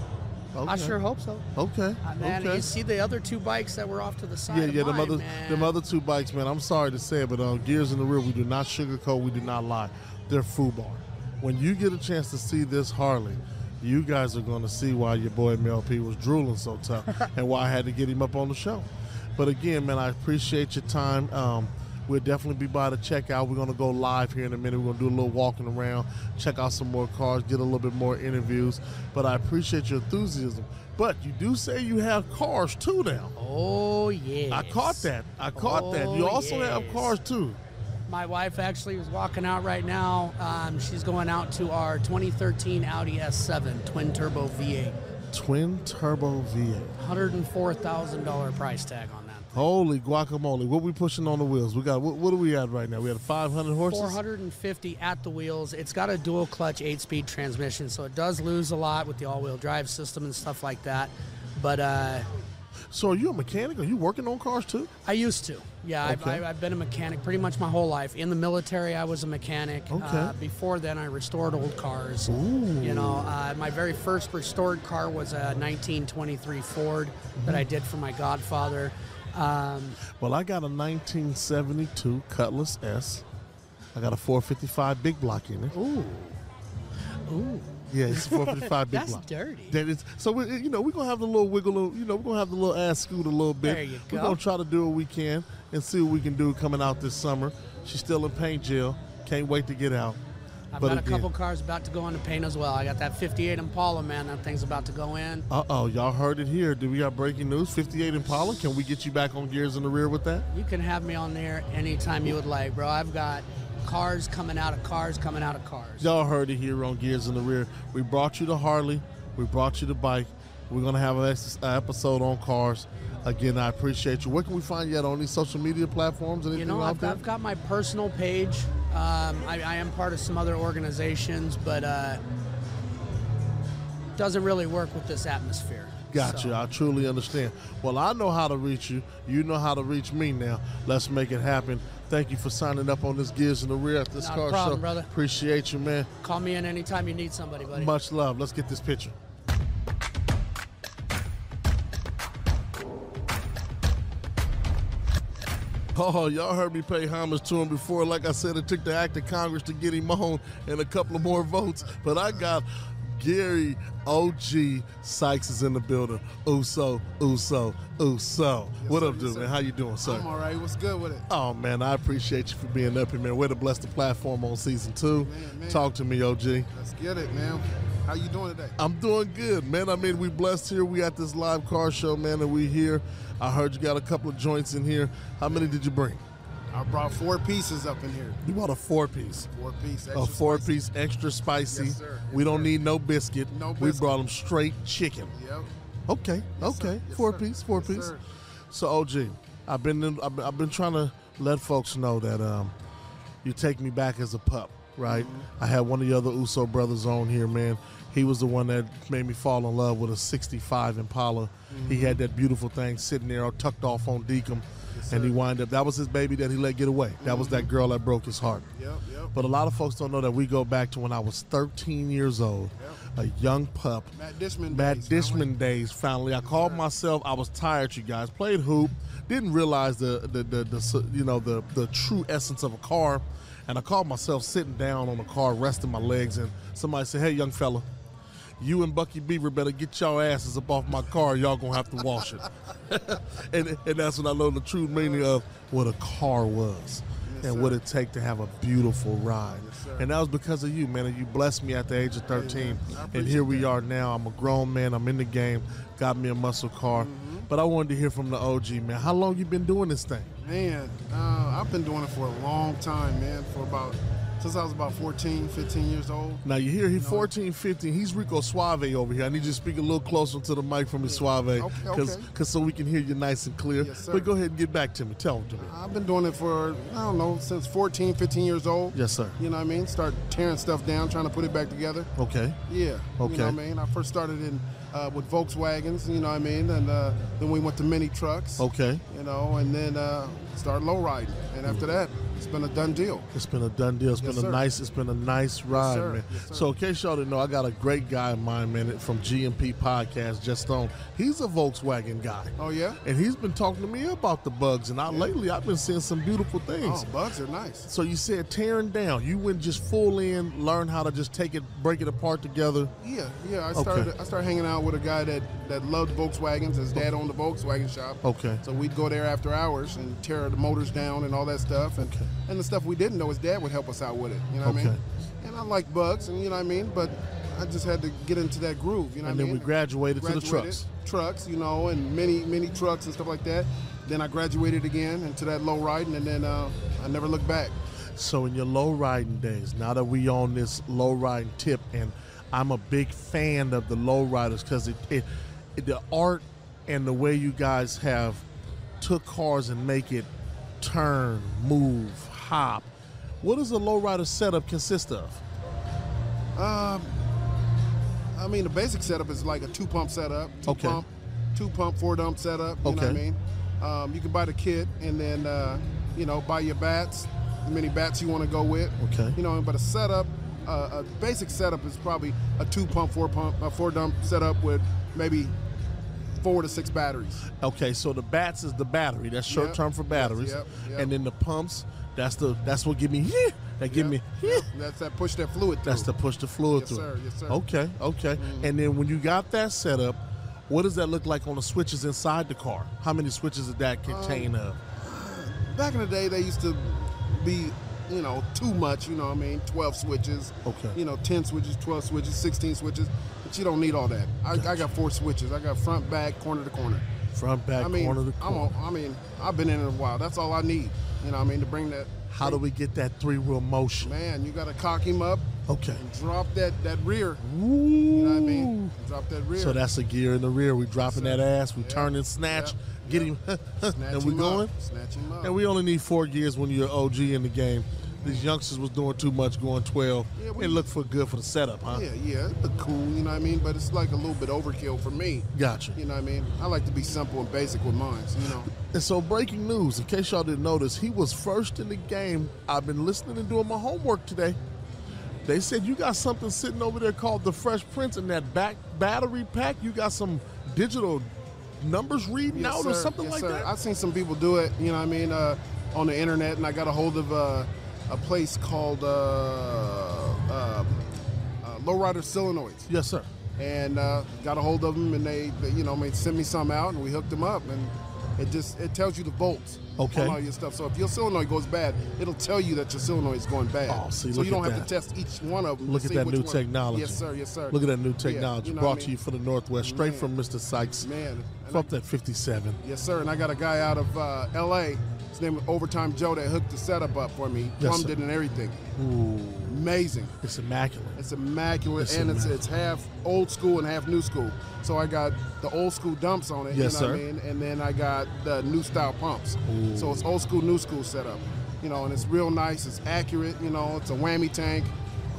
Speaker 6: I
Speaker 1: Okay.
Speaker 6: sure hope so.
Speaker 1: Okay,
Speaker 6: Uh, man,
Speaker 1: okay.
Speaker 6: you see the other two bikes that were off to the side.
Speaker 1: yeah, yeah,
Speaker 6: of
Speaker 1: them
Speaker 6: mine,
Speaker 1: other,
Speaker 6: man.
Speaker 1: them other two bikes, man. I'm sorry to say it, but um, Gears in the Rear, we do not sugarcoat, we do not lie. They're foobar. When you get a chance to see this Harley, you guys are going to see why your boy Mel P was drooling so
Speaker 6: (laughs)
Speaker 1: tough and why I had to get him up on the show. But again, man, I appreciate your time. Um, we'll definitely be by the checkout. We're going to go live here in a minute. We're going to do a little walking around, check out some more cars, get a little bit more interviews. But I appreciate your enthusiasm. But you do say you have cars too now.
Speaker 6: Oh yeah.
Speaker 1: I caught that. I caught that. You
Speaker 6: Oh,
Speaker 1: also have
Speaker 6: yes.
Speaker 1: cars too.
Speaker 6: My wife actually is walking out right now. Um, she's going out to our 2013 Audi S7 twin turbo V8.
Speaker 1: Twin turbo V8.
Speaker 6: $104,000 price tag on that.
Speaker 1: Holy guacamole! What we pushing on the wheels? We got what? What are we at right now? We had 500 horses.
Speaker 6: 450 at the wheels. It's got a dual clutch eight speed transmission, so it does lose a lot with the all wheel drive system and stuff like that. But uh,
Speaker 1: So are you a mechanic? Are you working on cars too?
Speaker 6: I used to.
Speaker 1: Okay.
Speaker 6: Yeah, I've, I've, I've been a mechanic pretty much my whole life. In the military, I was a mechanic. Uh,
Speaker 1: Okay.
Speaker 6: before then, I restored old cars. You know, uh, my very first restored car was a 1923 Ford that
Speaker 1: Mm-hmm.
Speaker 6: I did for my godfather. Um,
Speaker 1: Well, I got a 1972 Cutlass S. I got a 455 big block in it.
Speaker 6: ooh, ooh.
Speaker 1: Yeah, it's 455 big
Speaker 6: That's
Speaker 1: block.
Speaker 6: dirty.
Speaker 1: That is so. We, you know, we're gonna have the little wiggle. You know, we're gonna have the little ass scoot a little bit.
Speaker 6: There you
Speaker 1: We're
Speaker 6: go.
Speaker 1: gonna try to do what we can and see what we can do coming out this summer. She's still in paint jail. Can't wait to get out.
Speaker 6: I've got a couple cars about to go into paint as well. I got that 58 Impala, man. That thing's about to go in.
Speaker 1: Uh oh, y'all heard it here. Do we got breaking news? 58 Impala. Can we get you back on gears in the rear with that?
Speaker 6: You can have me on there anytime you would like, bro. I've got cars coming out of cars coming out of cars.
Speaker 1: Y'all heard it here on Gears in the Rear. We brought you the Harley. We brought you the bike. We're gonna have an ex- an episode on cars. Again, I appreciate you. Where can we find you at on these social media platforms? Anything
Speaker 6: You know,
Speaker 1: out
Speaker 6: I've,
Speaker 1: there?
Speaker 6: I've got my personal page. Um, I, I am part of some other organizations, but uh, doesn't really work with this atmosphere.
Speaker 1: Gotcha.
Speaker 6: So,
Speaker 1: I truly understand. Well, I know how to reach you. You know how to reach me now. Let's make it happen. Thank you for signing up on this Gears in the Rear at this
Speaker 6: Not a
Speaker 1: car
Speaker 6: problem,
Speaker 1: show.
Speaker 6: brother.
Speaker 1: Appreciate you, man.
Speaker 6: call me in anytime you need somebody, buddy.
Speaker 1: Much love. Let's get this picture. Oh, y'all heard me pay homage to him before. Like I said, it took the act of Congress to get him on and a couple of more votes. But I got Gary OG Sykes is in the building. Uso, Uso, Uso. what up, dude, man? How you doing, sir?
Speaker 7: I'm all right. What's good with it?
Speaker 1: Oh man, I appreciate you for being up here, man. Way to bless the platform on season two.
Speaker 7: Man, man.
Speaker 1: Talk to me, OG.
Speaker 7: Let's get it, man. How you doing today?
Speaker 1: I'm doing good, man. I mean, we blessed here. We at this live car show, man, and we here. I heard you got a couple of joints in here. How many did you bring?
Speaker 7: I brought four pieces up in here.
Speaker 1: You bought a four piece.
Speaker 7: Four piece. Extra
Speaker 1: a Oh, four
Speaker 7: spicy.
Speaker 1: piece extra spicy.
Speaker 7: Yes, sir.
Speaker 1: we
Speaker 7: Yes,
Speaker 1: don't
Speaker 7: sir.
Speaker 1: need no biscuit.
Speaker 7: No
Speaker 1: We
Speaker 7: biscuit.
Speaker 1: brought them straight chicken.
Speaker 7: Yep.
Speaker 1: Okay,
Speaker 7: Yes, sir.
Speaker 1: okay.
Speaker 7: Yes,
Speaker 1: four
Speaker 7: sir.
Speaker 1: piece, four
Speaker 7: Yes,
Speaker 1: piece.
Speaker 7: sir.
Speaker 1: So OG, I've been in, I've, been- I've been trying to let folks know that um, you take me back as a pup, right?
Speaker 7: Mm-hmm.
Speaker 1: I had one of the other Uso brothers on here, man. He was the one that made me fall in love with a '65 Impala. He
Speaker 7: Mm-hmm.
Speaker 1: had that beautiful thing sitting there, all tucked off on Deacom, and he wind up. That was his baby that he let get away. That was
Speaker 7: Mm-hmm.
Speaker 1: that girl that broke his heart.
Speaker 7: Yep. Yep.
Speaker 1: But a lot of folks don't know that we go back to when I was 13 years old, a young pup.
Speaker 7: Matt Dishman.
Speaker 1: Matt
Speaker 7: days,
Speaker 1: Dishman
Speaker 7: man.
Speaker 1: days. Finally, I called myself. I was tired, you guys. Played hoop. Didn't realize the the, the, the you know the the true essence of a car. And I called myself sitting down on the car, resting my legs. And somebody said, "Hey, young fella, you and Bucky Beaver better get y'all asses up off my car. Y'all gonna have to wash it." and and that's when I learned the true meaning of what a car was. and what it take to have a beautiful ride, and that was because of you, man. And you blessed me at the age of thirteen, and here we are now. I'm a grown man. I'm in the game. Got me a muscle car,
Speaker 7: Mm-hmm.
Speaker 1: but I wanted to hear from the OG, man. How long you been doing this thing?
Speaker 7: Man, uh, I've been doing it for a long time, man. For about since I was about 14, 15 years old.
Speaker 1: Now you hear he 14, 15. He's Rico Suave over here. I need you to speak a little closer to the mic from the Suave,
Speaker 7: Okay,
Speaker 1: because
Speaker 7: okay.
Speaker 1: so we can hear you nice and clear.
Speaker 7: Yes, sir.
Speaker 1: but go ahead and get back to me. Tell him to me.
Speaker 7: I've been doing it for I don't know since 14, 15 years old.
Speaker 1: Yes, sir.
Speaker 7: You know what I mean? Start tearing stuff down, trying to put it back together.
Speaker 1: Okay.
Speaker 7: Yeah.
Speaker 1: Okay.
Speaker 7: You know what I mean? I first started in uh, with Volkswagens, you know what I mean? And uh, then we went to mini trucks.
Speaker 1: Okay.
Speaker 7: You know, and then uh, started low riding. And after that, it's been a done deal.
Speaker 1: It's been a done deal. It's
Speaker 7: Yes,
Speaker 1: been a
Speaker 7: sir.
Speaker 1: nice. It's been a nice ride,
Speaker 7: sir.
Speaker 1: man.
Speaker 7: Yes, sir.
Speaker 1: so in case y'all didn't know, I got a great guy in mind, man, from GMP Podcast, Just on. He's a Volkswagen guy.
Speaker 7: Oh, yeah?
Speaker 1: And he's been talking to me about the bugs, and I lately I've been seeing some beautiful things.
Speaker 7: Oh, bugs are nice.
Speaker 1: So you said tearing down. You went just full in, learn how to just take it, break it apart together.
Speaker 7: Yeah, yeah. I started I started hanging out with a guy that, that loved Volkswagens. His dad owned a Volkswagen shop.
Speaker 1: Okay.
Speaker 7: So we'd go there after hours and tear the motors down and all that stuff. And,
Speaker 1: Okay.
Speaker 7: and the stuff we didn't know, his dad would help us out with it. You know what I
Speaker 1: Okay.
Speaker 7: mean? And I like bugs, and you know what I mean? But I just had to get into that groove, you know
Speaker 1: And
Speaker 7: what
Speaker 1: then
Speaker 7: I
Speaker 1: we
Speaker 7: mean?
Speaker 1: graduated to the
Speaker 7: Graduated,
Speaker 1: trucks.
Speaker 7: Trucks, you know, and many, many trucks and stuff like that. Then I graduated again into that low riding, and then uh, I never looked back.
Speaker 1: So in your low riding days, now that we on this low riding tip, and I'm a big fan of the low riders because it, it, the art and the way you guys have took cars and make it turn, move, hop. What does a lowrider setup consist of?
Speaker 7: I mean, the basic setup is like a two pump setup. Two
Speaker 1: Okay.
Speaker 7: Pump, two pump, four dump setup. You know what I
Speaker 1: Okay.
Speaker 7: mean? Um, you can buy the kit and then, uh, you know, buy your bats, how many bats you want to go with.
Speaker 1: Okay.
Speaker 7: You know, but a setup, uh, a basic setup is probably a two pump, four pump, a four dump setup with maybe four to six batteries.
Speaker 1: Okay, so the bats is the battery. That's
Speaker 7: Yep.
Speaker 1: short term for batteries,
Speaker 7: Yep, yep.
Speaker 1: and then the pumps. That's the that's what give me (laughs) yeah, that give
Speaker 7: Yep.
Speaker 1: me yeah.
Speaker 7: That's that push that fluid through.
Speaker 1: That's to push the fluid
Speaker 7: Yes,
Speaker 1: through.
Speaker 7: sir. Mm-hmm. Yes, sir.
Speaker 1: Okay, okay. And then when you got that set up, what does that look like on the switches inside the car? How many switches did that contain
Speaker 7: Um,
Speaker 1: of?
Speaker 7: Back in the day, they used to be, you know, too much. You know, what I mean, twelve switches.
Speaker 1: Okay.
Speaker 7: You know, ten switches, twelve switches, sixteen switches. But you don't need all that. I, I got four switches. I got front, back, corner to corner.
Speaker 1: Front, back,
Speaker 7: I mean,
Speaker 1: corner to
Speaker 7: I'm
Speaker 1: corner.
Speaker 7: a, I mean, I've been in it a while. That's all I need. You know, what I mean, to bring that.
Speaker 1: How do we get that three wheel motion?
Speaker 7: Man, you got to cock him up
Speaker 1: Okay.
Speaker 7: and drop that that rear. You know what I mean? Drop that rear.
Speaker 1: So that's a gear in the rear. We dropping that ass. We turn and snatch,
Speaker 7: Yep.
Speaker 1: get him, (laughs)
Speaker 7: Snatch
Speaker 1: and we
Speaker 7: him
Speaker 1: going.
Speaker 7: Up. Snatch him up.
Speaker 1: And we only need four gears when you're OG in the game. These youngsters was doing too much, going 12.
Speaker 7: Mm. Yeah, we-
Speaker 1: it looked for good for the setup, huh?
Speaker 7: yeah, yeah, it look cool. You know what I mean? But it's like a little bit overkill for me.
Speaker 1: Gotcha.
Speaker 7: You know what I mean? I like to be simple and basic with mine. You know.
Speaker 1: And so, breaking news, in case y'all didn't notice, he was first in the game. I've been listening and doing my homework today. They said you got something sitting over there called the Fresh Prince in that back battery pack. You got some digital numbers reading
Speaker 7: Yes,
Speaker 1: out or
Speaker 7: sir.
Speaker 1: something
Speaker 7: Yes,
Speaker 1: like
Speaker 7: sir.
Speaker 1: that.
Speaker 7: I've seen some people do it, you know what I mean, uh, on the internet, and I got a hold of uh, a place called uh, uh, uh, Lowrider Solenoids,
Speaker 1: yes, sir.
Speaker 7: and uh, got a hold of them, and they, they, you know, I mean, sent me some out, and we hooked them up, and it just it tells you the volts.
Speaker 1: Okay.
Speaker 7: On all your stuff. So if your solenoid goes bad, it'll tell you that your solenoid is going bad.
Speaker 1: Oh, see,
Speaker 7: so
Speaker 1: look
Speaker 7: you don't
Speaker 1: at
Speaker 7: have to
Speaker 1: that.
Speaker 7: test each one of them. to
Speaker 1: Look at
Speaker 7: see
Speaker 1: that
Speaker 7: which
Speaker 1: new
Speaker 7: one-
Speaker 1: technology.
Speaker 7: Yes, sir. Yes, sir.
Speaker 1: Look at that new
Speaker 7: Yeah,
Speaker 1: technology
Speaker 7: you know what I
Speaker 1: brought
Speaker 7: mean?
Speaker 1: to you for the Northwest, straight
Speaker 7: Man.
Speaker 1: from Mr. Sykes.
Speaker 7: Man, and
Speaker 1: Fuck that 57.
Speaker 7: Yes, sir. And I got a guy out of uh, L.A. His name was Overtime Joe that hooked the setup up for me.
Speaker 1: Yes,
Speaker 7: plumbed
Speaker 1: sir.
Speaker 7: it and everything.
Speaker 1: Ooh,
Speaker 7: Amazing.
Speaker 1: it's immaculate.
Speaker 7: It's immaculate,
Speaker 1: It's
Speaker 7: and
Speaker 1: immaculate.
Speaker 7: it's it's half old school and half new school. So I got the old school dumps on it.
Speaker 1: Yes,
Speaker 7: you know What I
Speaker 1: sir.
Speaker 7: mean? And then I got the new style pumps. So it's old school, new school setup. You know, and it's real nice. It's accurate. You know, it's a whammy tank.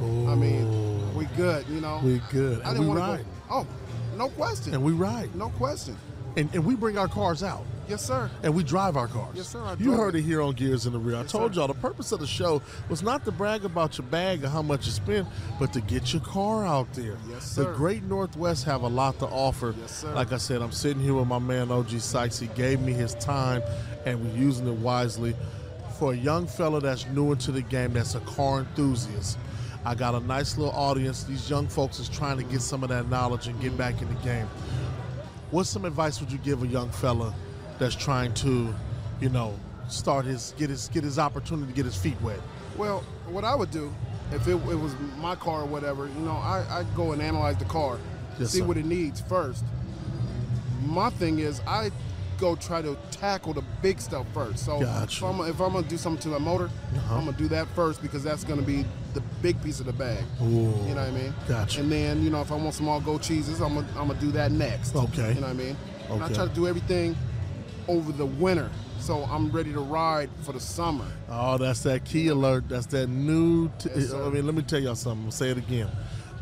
Speaker 7: I mean, we good. You know,
Speaker 1: We good.
Speaker 7: I
Speaker 1: And
Speaker 7: didn't
Speaker 1: we
Speaker 7: want
Speaker 1: right.
Speaker 7: to go. Oh, no question.
Speaker 1: And we ride.
Speaker 7: no question.
Speaker 1: And, and we bring our cars out.
Speaker 7: Yes, sir.
Speaker 1: and we drive our cars.
Speaker 7: Yes, sir, I
Speaker 1: you
Speaker 7: drive
Speaker 1: heard
Speaker 7: it.
Speaker 1: it here on Gears in the Rear. I told
Speaker 7: sir.
Speaker 1: y'all the purpose of the show was not to brag about your bag or how much you spend, but to get your car out there.
Speaker 7: Yes,
Speaker 1: The
Speaker 7: sir.
Speaker 1: Great Northwest have a lot to offer.
Speaker 7: Yes, sir.
Speaker 1: Like I said, I'm sitting here with my man OG Sykes. He gave me his time, and we're using it wisely. For a young fella that's new into the game, that's a car enthusiast. I got a nice little audience. These young folks is trying to get some of that knowledge and get back in the game what some advice would you give a young fella that's trying to, you know, start his get his get his opportunity to get his feet wet?
Speaker 7: Well, what I would do if it, it was my car or whatever, you know, I, I go and analyze the car,
Speaker 1: Yes,
Speaker 7: see
Speaker 1: sir.
Speaker 7: what it needs first. My thing is, I go try to tackle the big stuff first. So
Speaker 1: Gotcha. Uh-huh.
Speaker 7: if, I'm, if I'm gonna do something to the motor, I'm gonna do that first because that's gonna be the big piece of the bag. You know what I mean?
Speaker 1: Gotcha.
Speaker 7: And then you know, if I want some all go cheeses, I'm gonna I'm gonna do that next.
Speaker 1: Okay.
Speaker 7: You know what I mean? And I
Speaker 1: Okay.
Speaker 7: try to do everything over the winter, so I'm ready to ride for the summer.
Speaker 1: Oh, that's that key alert. That's that new. T-
Speaker 7: Yes, sir.
Speaker 1: I mean, let me tell y'all something. I'll say it again.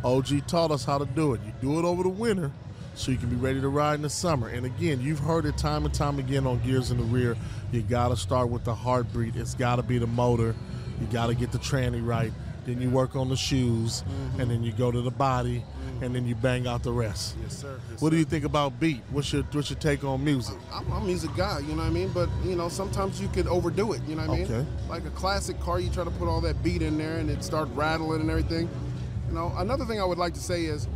Speaker 1: OG taught us how to do it. You do it over the winter so you can be ready to ride in the summer. And again, you've heard it time and time again on Gears in the Rear. You got to start with the heartbeat. It's got to be the motor. You got to get the tranny right. Then you work on the shoes.
Speaker 7: Mm-hmm.
Speaker 1: And then you go to the body. And then you bang out the rest.
Speaker 7: Yes, sir. Yes,
Speaker 1: What
Speaker 7: sir.
Speaker 1: do you think about beat? What's your what's your take on music?
Speaker 7: I'm I'm a music guy, you know what I mean? But you know, sometimes you could overdo it, you know what I mean?
Speaker 1: Okay.
Speaker 7: Like a classic car, you try to put all that beat in there and it start rattling and everything. You know, another thing I would like to say is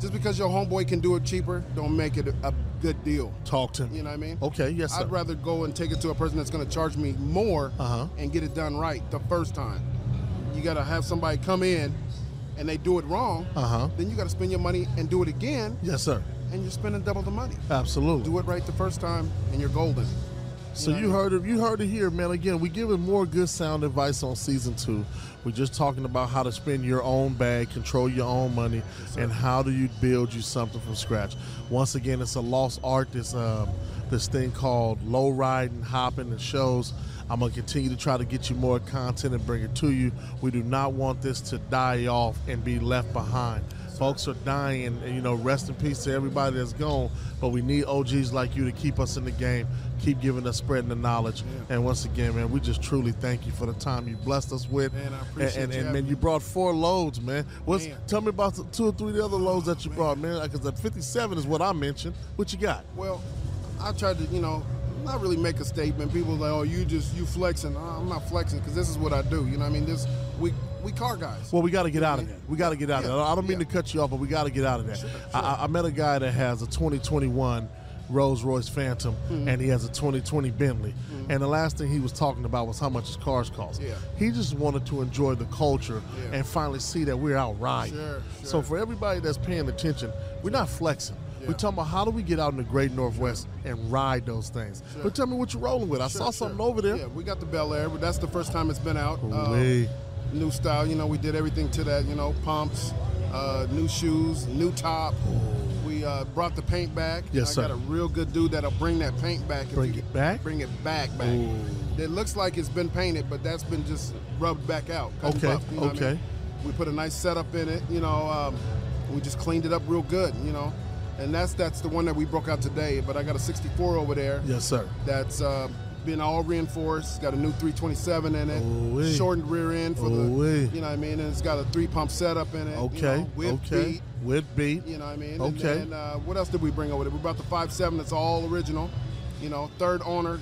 Speaker 7: just because your homeboy can do it cheaper, don't make it a good deal.
Speaker 1: Talk to me.
Speaker 7: You know what I mean?
Speaker 1: Okay, yes, sir.
Speaker 7: I'd rather go and take it to a person that's going to charge me more
Speaker 1: Uh-huh.
Speaker 7: and get it done right the first time. You got to have somebody come in and they do it wrong.
Speaker 1: Uh-huh.
Speaker 7: Then you got to spend your money and do it again,
Speaker 1: yes, sir.
Speaker 7: and you're spending double the money.
Speaker 1: Absolutely.
Speaker 7: Do it right the first time, and you're golden.
Speaker 1: So you heard it. You heard it here, man. Again, we giving more good sound advice on season two. We're just talking about how to spend your own bag, control your own money, and how do you build you something from scratch. Once again, it's a lost art. This um, this thing called low riding, hopping, and shows. I'm gonna continue to try to get you more content and bring it to you. We do not want this to die off and be left behind folks are dying and you know rest in peace to everybody that's gone but we need og's like you to keep us in the game keep giving us spreading the knowledge and once again man we just truly thank you for the time you blessed us with
Speaker 7: Man, I
Speaker 1: and,
Speaker 7: appreciate
Speaker 1: and,
Speaker 7: you
Speaker 1: and,
Speaker 7: having
Speaker 1: man you brought four loads man what's
Speaker 7: Man.
Speaker 1: tell me about the two or three of the other loads that you brought man because the 57 is what i mentioned what you got
Speaker 7: Well, I tried to, you know, not really make a statement. People like, oh, you just you flexing. Uh, I'm not flexing because this is what I do. You know, what I mean, this we we car guys.
Speaker 1: Well, we got to get out of there. We got to get out of there. I don't mean to cut you off, but we got to get out of there. I, I- I met a guy that has a 2021 Rolls Royce Phantom,
Speaker 7: Mm-hmm.
Speaker 1: and he has a 2020 Bentley. And the last thing he was talking about was how much his cars cost.
Speaker 7: Yeah.
Speaker 1: He just wanted to enjoy the culture
Speaker 7: Yeah.
Speaker 1: and finally see that we're out riding.
Speaker 7: Sure,
Speaker 1: So
Speaker 7: sure.
Speaker 1: for everybody that's paying attention, we're not flexing. We're
Speaker 7: Yeah.
Speaker 1: talking about how do we get out in the Great Northwest and ride those things. But tell me what you're rolling with. I saw
Speaker 7: Sure,
Speaker 1: something
Speaker 7: sure.
Speaker 1: over there. Oh,
Speaker 7: Yeah, we got the Bel Air, but that's the first time it's been out. Um,
Speaker 1: Ooh-wee.
Speaker 7: new style, you know, we did everything to that, you know, pumps, uh, new shoes, new top. We uh, brought the paint back.
Speaker 1: Oh. Yes,
Speaker 7: I
Speaker 1: sir.
Speaker 7: got a real good dude that'll bring that paint back. if
Speaker 1: Bring
Speaker 7: you-
Speaker 1: it back?
Speaker 7: Bring it back, back. It looks like it's been painted, but that's been just rubbed back out. cut and
Speaker 1: Okay,
Speaker 7: buffed, you know what I mean?
Speaker 1: okay.
Speaker 7: We put a nice setup in it, you know. Um, we just cleaned it up real good, you know. And that's that's the one that we broke out today. But I got a 64 over there
Speaker 1: Yes, sir.
Speaker 7: that's uh, been all reinforced. Got a new 327 in it,
Speaker 1: Ooh-wee.
Speaker 7: shortened rear end for
Speaker 1: Ooh-wee.
Speaker 7: the, you know what I mean, and it's got a three pump setup in it. you
Speaker 1: Oh, Okay.
Speaker 7: know, with
Speaker 1: okay.
Speaker 7: beat,
Speaker 1: With beat.
Speaker 7: you know what I mean.
Speaker 1: Okay.
Speaker 7: And, then, uh, what else did we bring over there? We brought the 57. That's all original. You know, third owner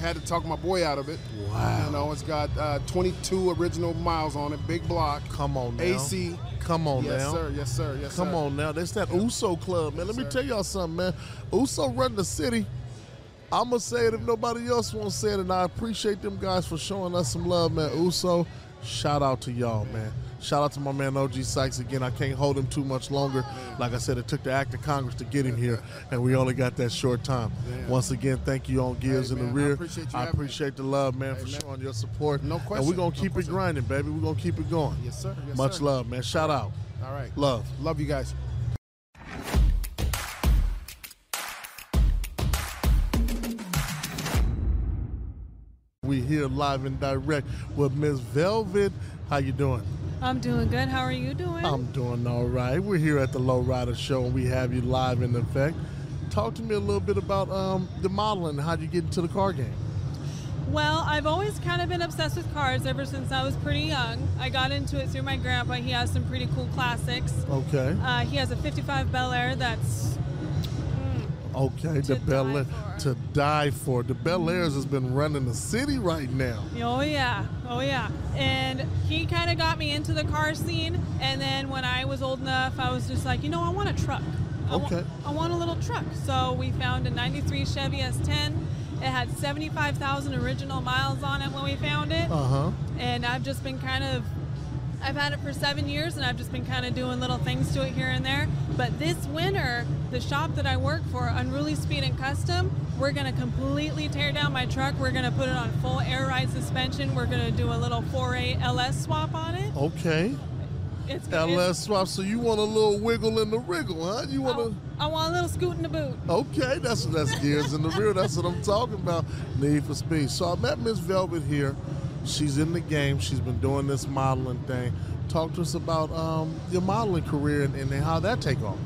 Speaker 7: had to talk my boy out of it.
Speaker 1: Wow.
Speaker 7: You know, it's got uh, 22 original miles on it, big block.
Speaker 1: Come on now.
Speaker 7: AC.
Speaker 1: Come on
Speaker 7: yes,
Speaker 1: now.
Speaker 7: sir. Yes, sir. Yes,
Speaker 1: Come
Speaker 7: sir.
Speaker 1: on now. That's that Uso club, man. Let me tell y'all something, man. Uso run the city. I'ma say it if nobody else won't say it, and I appreciate them guys for showing us some love, man. Uso, shout out to y'all, man. Shout out to my man OG Sykes again. I can't hold him too much longer. Like I said, it took the act of Congress to get him here, and we only got that short time. Once again, thank you on Gears
Speaker 7: Hey,
Speaker 1: in the
Speaker 7: man, I
Speaker 1: Rear.
Speaker 7: appreciate you
Speaker 1: I
Speaker 7: having me.
Speaker 1: appreciate the love, man, for
Speaker 7: man.
Speaker 1: showing your support.
Speaker 7: No
Speaker 1: And we're
Speaker 7: question.
Speaker 1: gonna
Speaker 7: No
Speaker 1: keep it
Speaker 7: question.
Speaker 1: grinding, baby. We're gonna keep it going.
Speaker 7: Yes, sir. Yes,
Speaker 1: Much
Speaker 7: sir.
Speaker 1: love, man. Shout out.
Speaker 7: All right.
Speaker 1: Love.
Speaker 7: Love you guys.
Speaker 1: We here live and direct with Miss Velvet. How you doing?
Speaker 8: I'm doing good. How are you doing?
Speaker 1: I'm doing all right. We're here at the Low Rider Show and we have you live in effect. Talk to me a little bit about um, the modeling, how you get into the car game.
Speaker 8: well, I've always kind of been obsessed with cars ever since I was pretty young. I got into it through my grandpa. He has some pretty cool classics.
Speaker 1: Okay.
Speaker 8: Uh, he has a 55 Bel Air that's
Speaker 1: Okay. The
Speaker 8: to
Speaker 1: Bel
Speaker 8: die
Speaker 1: Air
Speaker 8: for. Mm-hmm.
Speaker 1: to die for. The Bel Airs has been running the city right now.
Speaker 8: Oh yeah, oh yeah. And he kind of got me into the car scene. And then when I was old enough, I was just like, you know, I want a truck. I wa-
Speaker 1: Okay.
Speaker 8: I want a little truck. So we found a '93 Chevy S10. It had 75,000 original miles on it when we found it.
Speaker 1: Uh huh.
Speaker 8: And I've just been kind of, I've had it for seven years, and I've just been kind of doing little things to it here and there. But this winter, the shop that I work for, Unruly Speed and Custom, we're gonna completely tear down my truck. We're gonna put it on full air ride suspension. We're gonna do a little 4A LS swap on it.
Speaker 1: Okay.
Speaker 8: It's
Speaker 1: LS swap. So you want a little wiggle in the wriggle, huh? You
Speaker 8: it's-
Speaker 1: want to.
Speaker 8: I, I want a little scoot in the boot.
Speaker 1: Okay, that's that's gears in the rear. That's what I'm talking about. Need for speed. So I met Miss Velvet here. She's in the game. She's been doing this modeling thing. Talk to us about um, your modeling career and, and how that take off.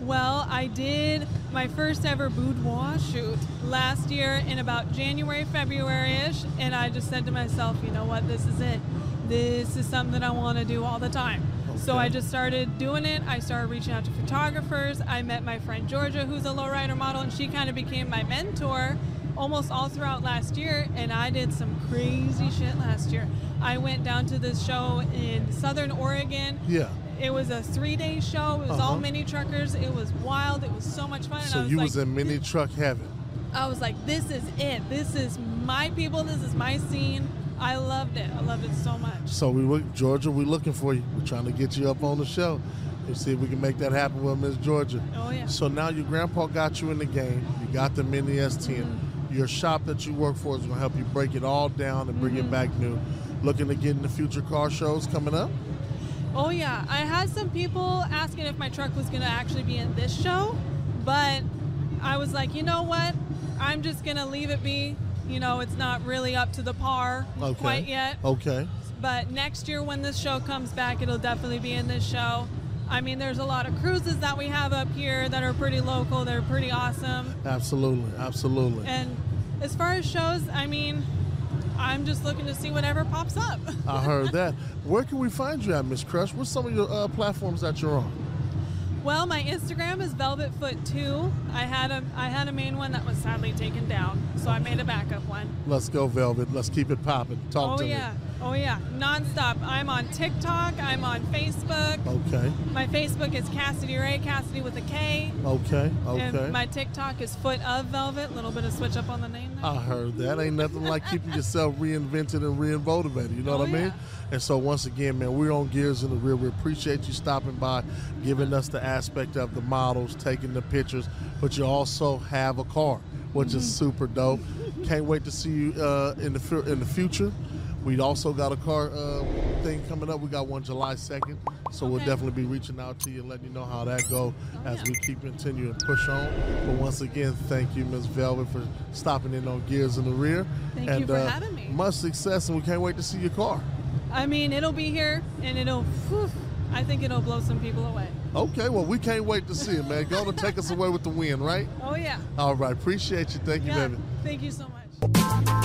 Speaker 8: Well, I did my first ever boudoir shoot last year in about January, February ish, and I just said to myself, you know what, this is it. This is something I want to do all the time. So I just started doing it. I started reaching out to photographers. I met my friend Georgia, who's a lowrider model, and she kind of became my mentor almost all throughout last year. And I did some crazy shit last year. I went down to this show in Southern Oregon.
Speaker 1: Yeah.
Speaker 8: It was a three-day show. It was
Speaker 1: Uh-huh.
Speaker 8: all mini truckers. It was wild. It was so much fun.
Speaker 1: So
Speaker 8: and I was
Speaker 1: you
Speaker 8: like,
Speaker 1: was in mini truck heaven.
Speaker 8: I was like, this is it. This is my people. This is my scene. I loved it. I loved it so much.
Speaker 1: So we look, Georgia, we looking for you. We're trying to get you up on the show and see if we can make that happen with Miss Georgia.
Speaker 8: Oh, yeah.
Speaker 1: So now your grandpa got you in the game. You got the mini S10. Your shop that you work for is going to help you break it all down and
Speaker 8: Mm-hmm.
Speaker 1: bring it back new. Looking to get into future car shows coming up?
Speaker 8: Oh yeah, I had some people asking if my truck was gonna actually be in this show, but I was like, you know what? I'm just gonna leave it be. You know, it's not really up to the par
Speaker 1: Okay.
Speaker 8: quite yet.
Speaker 1: Okay.
Speaker 8: But next year, when this show comes back, it'll definitely be in this show. I mean, there's a lot of cruises that we have up here that are pretty local. They're pretty awesome.
Speaker 1: Absolutely. Absolutely.
Speaker 8: And as far as shows, I mean, I'm just looking to see whatever pops up. (laughs)
Speaker 1: I heard that. Where can we find you at, Miss Crush? What's some of your uh, platforms that you're on?
Speaker 8: Well, my Instagram is velvetfoot2. I had a I had a main one that was sadly taken down, so I made a backup one.
Speaker 1: Let's go, Velvet. Let's keep it popping. Talk
Speaker 8: oh
Speaker 1: to
Speaker 8: yeah, oh yeah, nonstop. I'm on TikTok. I'm on Facebook.
Speaker 1: me. Okay.
Speaker 8: My Facebook is Cassidy Ray, Cassidy with a K.
Speaker 1: Okay. Okay.
Speaker 8: And my TikTok is Foot of Velvet. A little bit of switch up on the name there.
Speaker 1: I heard that. Ain't nothing like keeping yourself reinvented and reinvolvated. You know what I
Speaker 8: Oh,
Speaker 1: mean?
Speaker 8: yeah.
Speaker 1: And so, once again, man, we're on Gears in the Rear. We appreciate you stopping by, giving us the aspect of the models, taking the pictures, but you also have a car, which is
Speaker 8: Mm-hmm.
Speaker 1: super dope. Can't wait to see you uh, in the fu- in the future. We also got a car uh, thing coming up. We got one July 2nd. So we'll
Speaker 8: Okay.
Speaker 1: definitely be reaching out to you and letting you know how that go
Speaker 8: Oh,
Speaker 1: as
Speaker 8: yeah.
Speaker 1: we keep continuing to push on. But once again, thank you, Ms. Velvet, for stopping in on Gears in the Rear.
Speaker 8: Thank you
Speaker 1: and,
Speaker 8: for
Speaker 1: uh,
Speaker 8: having me.
Speaker 1: Much success, and we can't wait to see your car.
Speaker 8: I mean, it'll be here, and it'll. whew, I think it'll blow some people away.
Speaker 1: Okay, well, we can't wait to see it, man. Go to take us away with the win, right?
Speaker 8: Oh yeah.
Speaker 1: All right, appreciate you. Thank you,
Speaker 8: Yeah.
Speaker 1: baby.
Speaker 8: Thank you so much.